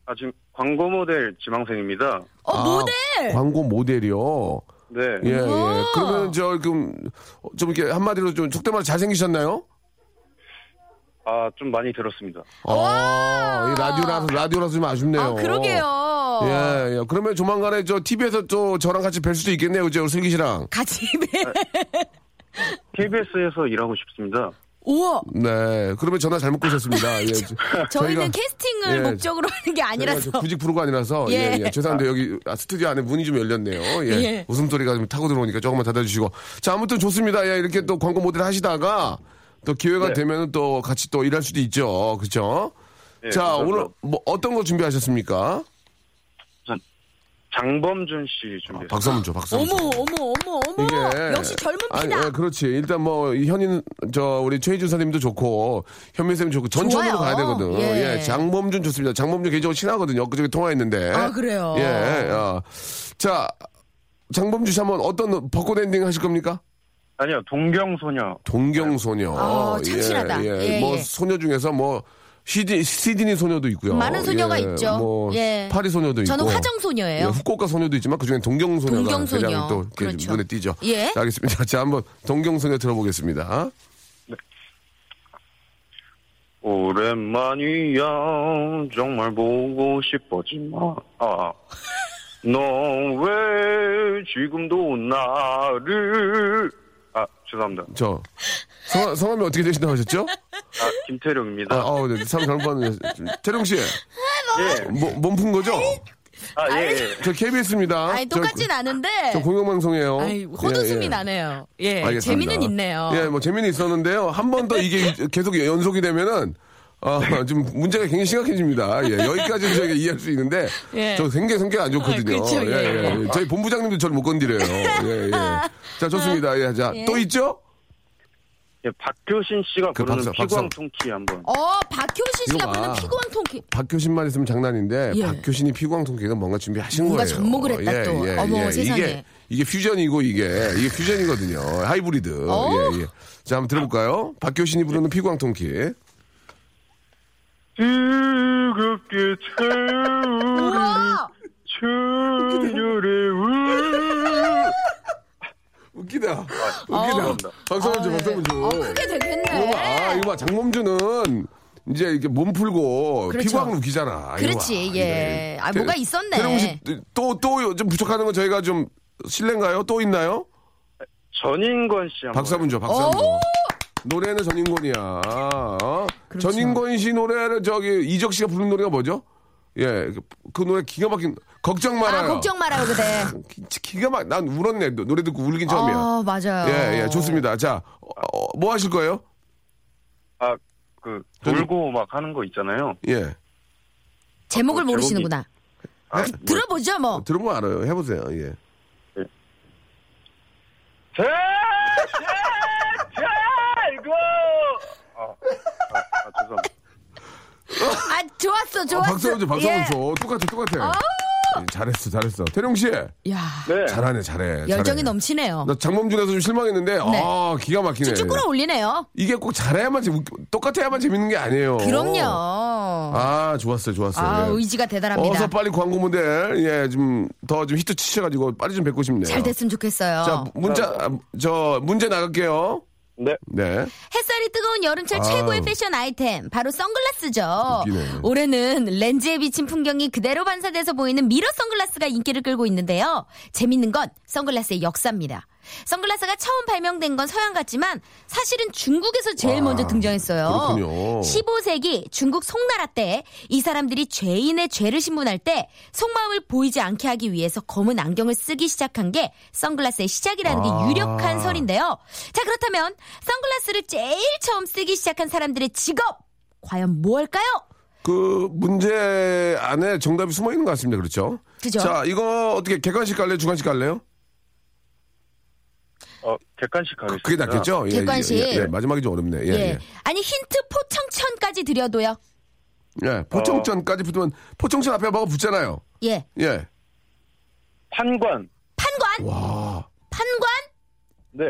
[SPEAKER 6] 아, 지금 광고 모델 지망생입니다.
[SPEAKER 4] 어
[SPEAKER 2] 아,
[SPEAKER 4] 모델.
[SPEAKER 2] 광고 모델이요.
[SPEAKER 6] 네.
[SPEAKER 2] 예, 예.
[SPEAKER 4] 우와.
[SPEAKER 2] 그러면 저, 좀, 좀 이렇게 한마디로 좀 속대말 잘생기셨나요?
[SPEAKER 6] 아, 좀 많이 들었습니다.
[SPEAKER 2] 아, 이 라디오라서, 라디오라서 좀 아쉽네요.
[SPEAKER 4] 아 그러게요.
[SPEAKER 2] 어. 예, 예. 그러면 조만간에 저 TV에서 또 저랑 같이 뵐 수도 있겠네요. 그죠? 슬기 씨랑.
[SPEAKER 4] 같이 입에.
[SPEAKER 6] KBS에서 일하고 싶습니다.
[SPEAKER 4] 우와.
[SPEAKER 2] 네. 그러면 전화 잘못 거셨습니다. 예.
[SPEAKER 4] 저희는
[SPEAKER 2] 저희가-
[SPEAKER 4] 캐스팅을
[SPEAKER 2] 예.
[SPEAKER 4] 목적으로 하는 게 아니라서.
[SPEAKER 2] 저희가 구직 프로가 아니라서
[SPEAKER 4] 예.
[SPEAKER 2] 예, 예. 죄송한데 여기 아, 스튜디오 안에 문이 좀 열렸네요. 예.
[SPEAKER 4] 예.
[SPEAKER 2] 웃음소리가 좀 타고 들어오니까 조금만 닫아주시고 자 아무튼 좋습니다. 예, 이렇게 또 광고 모델 하시다가 또 기회가 되면 또 같이 또 일할 수도 있죠. 그렇죠?
[SPEAKER 6] 예,
[SPEAKER 2] 자
[SPEAKER 6] 감사합니다.
[SPEAKER 2] 오늘 뭐 어떤 거 준비하셨습니까?
[SPEAKER 6] 장범준 씨 준비.
[SPEAKER 2] 아, 박수 한번 줘. 박수.
[SPEAKER 4] 어머
[SPEAKER 2] 한번 줘.
[SPEAKER 4] 어머 어머 어머. 역시 젊은 피다.
[SPEAKER 2] 아니, 예, 그렇지. 일단 뭐, 이 현인, 저, 우리 최희준 선생님도 좋고, 현민 선생님 좋고, 전천으로
[SPEAKER 4] 좋아요.
[SPEAKER 2] 가야 되거든.
[SPEAKER 4] 예.
[SPEAKER 2] 예. 장범준 좋습니다. 장범준 개인적으로 친하거든요. 엊그저께 통화했는데.
[SPEAKER 4] 아, 그래요?
[SPEAKER 2] 예, 어. 자, 장범준 씨 한번 어떤 벚꽃 엔딩 하실 겁니까?
[SPEAKER 6] 아니요, 동경소녀.
[SPEAKER 2] 동경소녀.
[SPEAKER 4] 아, 착실하다.
[SPEAKER 2] 예,
[SPEAKER 4] 예,
[SPEAKER 2] 뭐,
[SPEAKER 4] 예.
[SPEAKER 2] 소녀 중에서 뭐, 시디, 시드니 소녀도 있고요.
[SPEAKER 4] 많은 소녀가 있죠.
[SPEAKER 2] 뭐,
[SPEAKER 4] 예.
[SPEAKER 2] 파리 소녀도 있고.
[SPEAKER 4] 저는 화정 소녀예요.
[SPEAKER 2] 예, 후쿠오카 소녀도 있지만 그중에 동경소녀가
[SPEAKER 4] 동경소녀.
[SPEAKER 2] 가장 또 이렇게
[SPEAKER 4] 그렇죠.
[SPEAKER 2] 눈에 띄죠.
[SPEAKER 4] 예.
[SPEAKER 2] 자, 알겠습니다. 자, 한번 동경소녀 들어보겠습니다.
[SPEAKER 6] 오랜만이야, 정말 보고 싶었지만, 아. 너왜 지금도 나를. 아, 죄송합니다.
[SPEAKER 2] 저 성함, 성함이 어떻게 되신다고 하셨죠?
[SPEAKER 6] 아, 김태룡입니다.
[SPEAKER 2] 아, 어, 네, 참 잘못 봤네. 태룡 씨,
[SPEAKER 6] 예.
[SPEAKER 2] 뭐, 몸푼 거죠?
[SPEAKER 6] 아, 예, 예.
[SPEAKER 2] 저 KBS입니다.
[SPEAKER 4] 아니 똑같진
[SPEAKER 2] 저, 그-
[SPEAKER 4] 않은데.
[SPEAKER 2] 저 공영방송이에요.
[SPEAKER 4] 네. 아이, 헛웃음이
[SPEAKER 2] 예, 예.
[SPEAKER 4] 나네요. 예,
[SPEAKER 2] 알겠습니다.
[SPEAKER 4] 재미는 있네요.
[SPEAKER 2] 예, 뭐 재미는 있었는데요. 한 번 더 이게 계속 연속이 되면은 아,
[SPEAKER 4] 네.
[SPEAKER 2] 좀 문제가 굉장히 심각해집니다. 예, 여기까지는 저희가 이해할 수 있는데
[SPEAKER 4] 예.
[SPEAKER 2] 저 굉장히 성격 안 좋거든요.
[SPEAKER 4] 그렇죠, 예.
[SPEAKER 2] 예, 예, 예. 저희 본부장님도 저를 못 건드려요. 예, 예. 자, 좋습니다. 예, 자, 또 있죠?
[SPEAKER 6] 예, 박효신 씨가
[SPEAKER 2] 그
[SPEAKER 6] 부르는
[SPEAKER 2] 박사, 박사.
[SPEAKER 6] 피광통키 한번.
[SPEAKER 4] 어 박효신 씨가
[SPEAKER 2] 이거 봐.
[SPEAKER 4] 부는 피고왕 통키.
[SPEAKER 2] 박효신만 있으면 장난인데
[SPEAKER 4] 예.
[SPEAKER 2] 박효신이 피광통기가 뭔가 준비하신
[SPEAKER 4] 뭔가
[SPEAKER 2] 거예요. 예.
[SPEAKER 4] 접목을 했다, 또. 어머, 세상에.
[SPEAKER 2] 이게 이게 퓨전이고 이게 이게 퓨전이거든요. 하이브리드.
[SPEAKER 4] 어?
[SPEAKER 2] 예, 예. 자 한번 들어볼까요? 박효신이 부르는 피광통기.
[SPEAKER 6] 뜨겁게 태우는
[SPEAKER 4] 우와.
[SPEAKER 6] 청열의 울.
[SPEAKER 2] 웃기다.
[SPEAKER 6] 감사합니다.
[SPEAKER 2] 박수 한번 줘, 박수 한번 줘.
[SPEAKER 4] 어, 크게 되겠네.
[SPEAKER 2] 이거 봐, 아, 이거 봐, 장범준은 이제 이렇게 몸 풀고
[SPEAKER 4] 그렇죠.
[SPEAKER 2] 피광 웃기잖아. 이거
[SPEAKER 4] 그렇지,
[SPEAKER 2] 봐.
[SPEAKER 4] 예. 아, 뭐가 있었네.
[SPEAKER 2] 태용 씨, 또또 좀 부족하는 거 저희가 좀 실례인가요? 또 있나요?
[SPEAKER 6] 전인권 씨 한번.
[SPEAKER 2] 박수 한번 줘, 박수 한번
[SPEAKER 4] 어?
[SPEAKER 2] 줘. 노래는 전인권이야. 어?
[SPEAKER 4] 그렇죠.
[SPEAKER 2] 전인권 씨 노래를 저기 이적 씨가 부른 노래가 뭐죠? 예, 그 노래 기가 막힌 걱정
[SPEAKER 4] 아
[SPEAKER 2] 말아요.
[SPEAKER 4] 걱정 말아요 그대.
[SPEAKER 2] 기- 기가 막, 난 울었네. 노- 노래 듣고 울긴 처음이야.
[SPEAKER 4] 아 맞아요.
[SPEAKER 2] 예, 예, 좋습니다. 자, 어, 어, 뭐 하실 거예요?
[SPEAKER 6] 아, 그 돌고 막 하는 거 있잖아요.
[SPEAKER 2] 예,
[SPEAKER 4] 제목을
[SPEAKER 6] 어,
[SPEAKER 4] 모르시는구나.
[SPEAKER 6] 아,
[SPEAKER 4] 들어보죠 뭐.
[SPEAKER 2] 들어보면 알아요. 해보세요. 예.
[SPEAKER 6] 대, 어, 대, 대고. 아, 아, 아, 죄송합니다.
[SPEAKER 4] 좋았어,
[SPEAKER 2] 아,
[SPEAKER 4] 좋았어.
[SPEAKER 2] 박수 한번 줘, 박수 한번
[SPEAKER 4] 예.
[SPEAKER 2] 줘. 똑같아, 똑같아. 예, 잘했어, 잘했어. 태령 씨,
[SPEAKER 4] 예. 야,
[SPEAKER 6] 네.
[SPEAKER 2] 잘하네, 잘해.
[SPEAKER 4] 열정이
[SPEAKER 2] 잘해.
[SPEAKER 4] 넘치네요. 네.
[SPEAKER 2] 나 장범준에서 좀 실망했는데, 아, 기가 막히네.
[SPEAKER 4] 쭉쭉 끌어올리네요.
[SPEAKER 2] 이게 꼭 잘해야만, 재밌, 똑같아야만 재밌는 게 아니에요.
[SPEAKER 4] 그럼요.
[SPEAKER 2] 아, 좋았어요, 좋았어요.
[SPEAKER 4] 아,
[SPEAKER 2] 예.
[SPEAKER 4] 의지가 대단합니다.
[SPEAKER 2] 어서 빨리 광고 모델, 예, 좀 더 좀 히트 치셔가지고 빨리 좀 뵙고 싶네요.
[SPEAKER 4] 잘 됐으면 좋겠어요.
[SPEAKER 2] 자, 문자, 아, 저, 문제 나갈게요.
[SPEAKER 6] 네.
[SPEAKER 2] 네.
[SPEAKER 4] 햇살이 뜨거운 여름철
[SPEAKER 2] 아우.
[SPEAKER 4] 최고의 패션 아이템 바로 선글라스죠.
[SPEAKER 2] 웃기네.
[SPEAKER 4] 올해는 렌즈에 비친 풍경이 그대로 반사돼서 보이는 미러 선글라스가 인기를 끌고 있는데요. 재밌는 건 선글라스의 역사입니다. 선글라스가 처음 발명된 건 서양 같지만 사실은 중국에서 제일 먼저 등장했어요.
[SPEAKER 2] 그렇군요.
[SPEAKER 4] 15세기 중국 송나라 때 이 사람들이 죄인의 죄를 신문할 때 속마음을 보이지 않게 하기 위해서 검은 안경을 쓰기 시작한 게 선글라스의 시작이라는
[SPEAKER 2] 아.
[SPEAKER 4] 게 유력한 설인데요. 자 그렇다면 선글라스를 제일 처음 쓰기 시작한 사람들의 직업 과연 뭘까요?
[SPEAKER 2] 그 문제 안에 정답이 숨어 있는 것 같습니다. 그렇죠?
[SPEAKER 4] 그죠.
[SPEAKER 2] 자, 이거 어떻게 객관식 갈래요? 주관식 갈래요?
[SPEAKER 6] 어, 객관식 가겠습니다. 아.
[SPEAKER 2] 그게 낫겠죠? 예,
[SPEAKER 4] 객관식.
[SPEAKER 2] 예, 예, 예, 마지막이 좀 어렵네. 예,
[SPEAKER 4] 예.
[SPEAKER 2] 예.
[SPEAKER 4] 아니 힌트 포청천까지 드려도요.
[SPEAKER 2] 예, 포청천까지 붙으면 포청천 앞에 뭐가 붙잖아요.
[SPEAKER 4] 예.
[SPEAKER 2] 예.
[SPEAKER 6] 판관.
[SPEAKER 4] 판관
[SPEAKER 2] 와,
[SPEAKER 4] 판관
[SPEAKER 6] 네.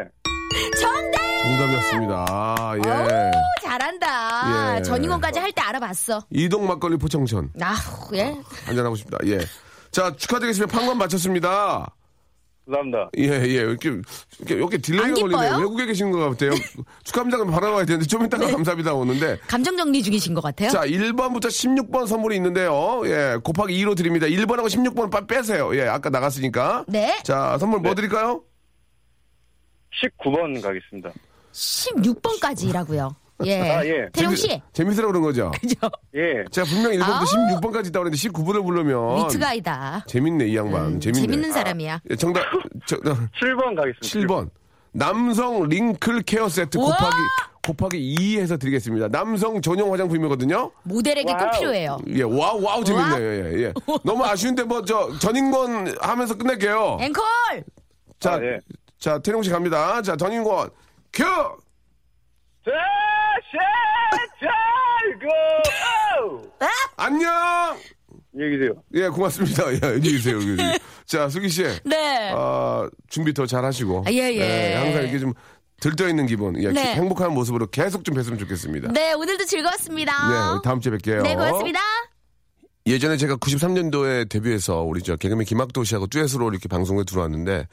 [SPEAKER 4] 정답
[SPEAKER 2] 정답이었습니다. 아, 예.
[SPEAKER 4] 뭐 잘한다.
[SPEAKER 2] 예.
[SPEAKER 4] 전인권까지 할 때 알아봤어.
[SPEAKER 2] 이동 막걸리 포청천
[SPEAKER 4] 아우 예.
[SPEAKER 2] 한잔하고 싶다. 예. 자, 축하드리겠습니다. 판관 마쳤습니다.
[SPEAKER 6] 감사합니다.
[SPEAKER 2] 예, 예. 이렇게, 이렇게, 이렇게 딜레이가
[SPEAKER 4] 안 기뻐요?
[SPEAKER 2] 걸리네요. 외국에 계신 것 같아요. 축하합니다. 그럼 바로 와야 되는데, 좀
[SPEAKER 4] 네.
[SPEAKER 2] 이따가 감사합니다. 오는데.
[SPEAKER 4] 감정 정리 중이신 것 같아요.
[SPEAKER 2] 자, 1번부터 16번 선물이 있는데요. 예, 곱하기 2로 드립니다. 1번하고 16번 빨리 빼세요. 예, 아까 나갔으니까.
[SPEAKER 4] 네.
[SPEAKER 2] 자, 선물 뭐 드릴까요?
[SPEAKER 6] 19번 가겠습니다.
[SPEAKER 4] 16번까지라고요. 예.
[SPEAKER 6] 아, 예.
[SPEAKER 4] 태용
[SPEAKER 2] 재미-
[SPEAKER 4] 씨.
[SPEAKER 2] 재밌으라 그런 거죠?
[SPEAKER 6] 예.
[SPEAKER 2] 제가 분명 1번부터
[SPEAKER 4] 아우.
[SPEAKER 2] 16번까지 있다고 그랬는데 19번을 부르면.
[SPEAKER 4] 위트가이다. 음,
[SPEAKER 2] 재밌네, 이 양반. 재밌네.
[SPEAKER 4] 재밌는 사람이야.
[SPEAKER 2] 예, 정답, 정답
[SPEAKER 6] 7번 가겠습니다.
[SPEAKER 2] 7번. 남성 링클 케어 세트
[SPEAKER 4] 우와!
[SPEAKER 2] 곱하기, 곱하기 2 해서 드리겠습니다. 남성 전용 화장품이거든요.
[SPEAKER 4] 모델에게 꼭
[SPEAKER 6] 와우.
[SPEAKER 4] 필요해요.
[SPEAKER 2] 예, 와우, 와우, 재밌네.
[SPEAKER 4] 우와.
[SPEAKER 2] 예, 예, 예. 너무 아쉬운데 뭐, 저, 전인권 하면서 끝낼게요.
[SPEAKER 4] 앵콜!
[SPEAKER 2] 자,
[SPEAKER 6] 아, 예.
[SPEAKER 2] 자, 태룡 씨 갑니다. 자, 전인권, 큐!
[SPEAKER 6] 자자자고
[SPEAKER 2] 안녕!
[SPEAKER 6] 안녕히 계세요.
[SPEAKER 2] 예, 고맙습니다. 예, 안녕히 계세요. 여기, 여기. 자, 수기 씨.
[SPEAKER 4] 네.
[SPEAKER 2] 아, 준비 더 잘하시고. 네,
[SPEAKER 4] 아, 예, 예.
[SPEAKER 2] 항상 이렇게 좀 들떠있는 기분. 예,
[SPEAKER 4] 네.
[SPEAKER 2] 행복한 모습으로 계속 좀 뵀으면 좋겠습니다.
[SPEAKER 4] 네, 오늘도 즐거웠습니다.
[SPEAKER 2] 네, 다음 주에 뵐게요.
[SPEAKER 4] 네, 고맙습니다.
[SPEAKER 2] 예전에 제가 93년도에 데뷔해서 우리 저 개그맨 김학도 씨하고 듀엣으로 이렇게 방송에 들어왔는데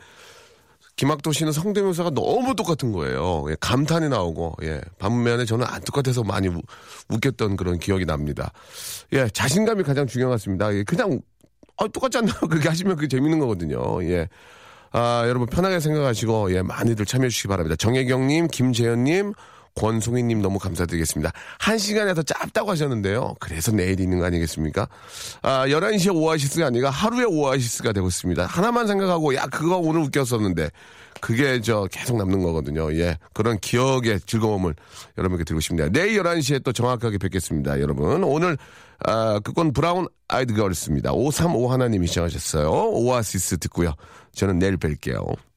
[SPEAKER 2] 김학도 씨는 성대묘사가 너무 똑같은 거예요. 예, 감탄이 나오고 예, 반면에 저는 안 똑같아서 많이 우- 웃겼던 그런 기억이 납니다. 예, 자신감이 가장 중요한 것 같습니다. 예, 그냥 아, 똑같지 않나 그렇게 하시면 그게 재밌는 거거든요. 예. 아, 여러분 편하게 생각하시고 예, 많이들 참여해 주시기 바랍니다. 정혜경 님, 김재현 님, 권송희 님 너무 감사드리겠습니다. 한 시간에 더 짧다고 하셨는데요. 그래서 내일이 있는 거 아니겠습니까? 아, 11시에 오아시스가 아니라 하루에 오아시스가 되고 있습니다. 하나만 생각하고 야, 그거 오늘 웃겼었는데 그게 저 계속 남는 거거든요. 예. 그런 기억의 즐거움을 여러분께 드리고 싶네요. 내일 11시에 또 정확하게 뵙겠습니다. 여러분. 오늘 아, 그건 브라운 아이드 걸스입니다. 535 하나님이 시청하셨어요. 오아시스 듣고요. 저는 내일 뵐게요.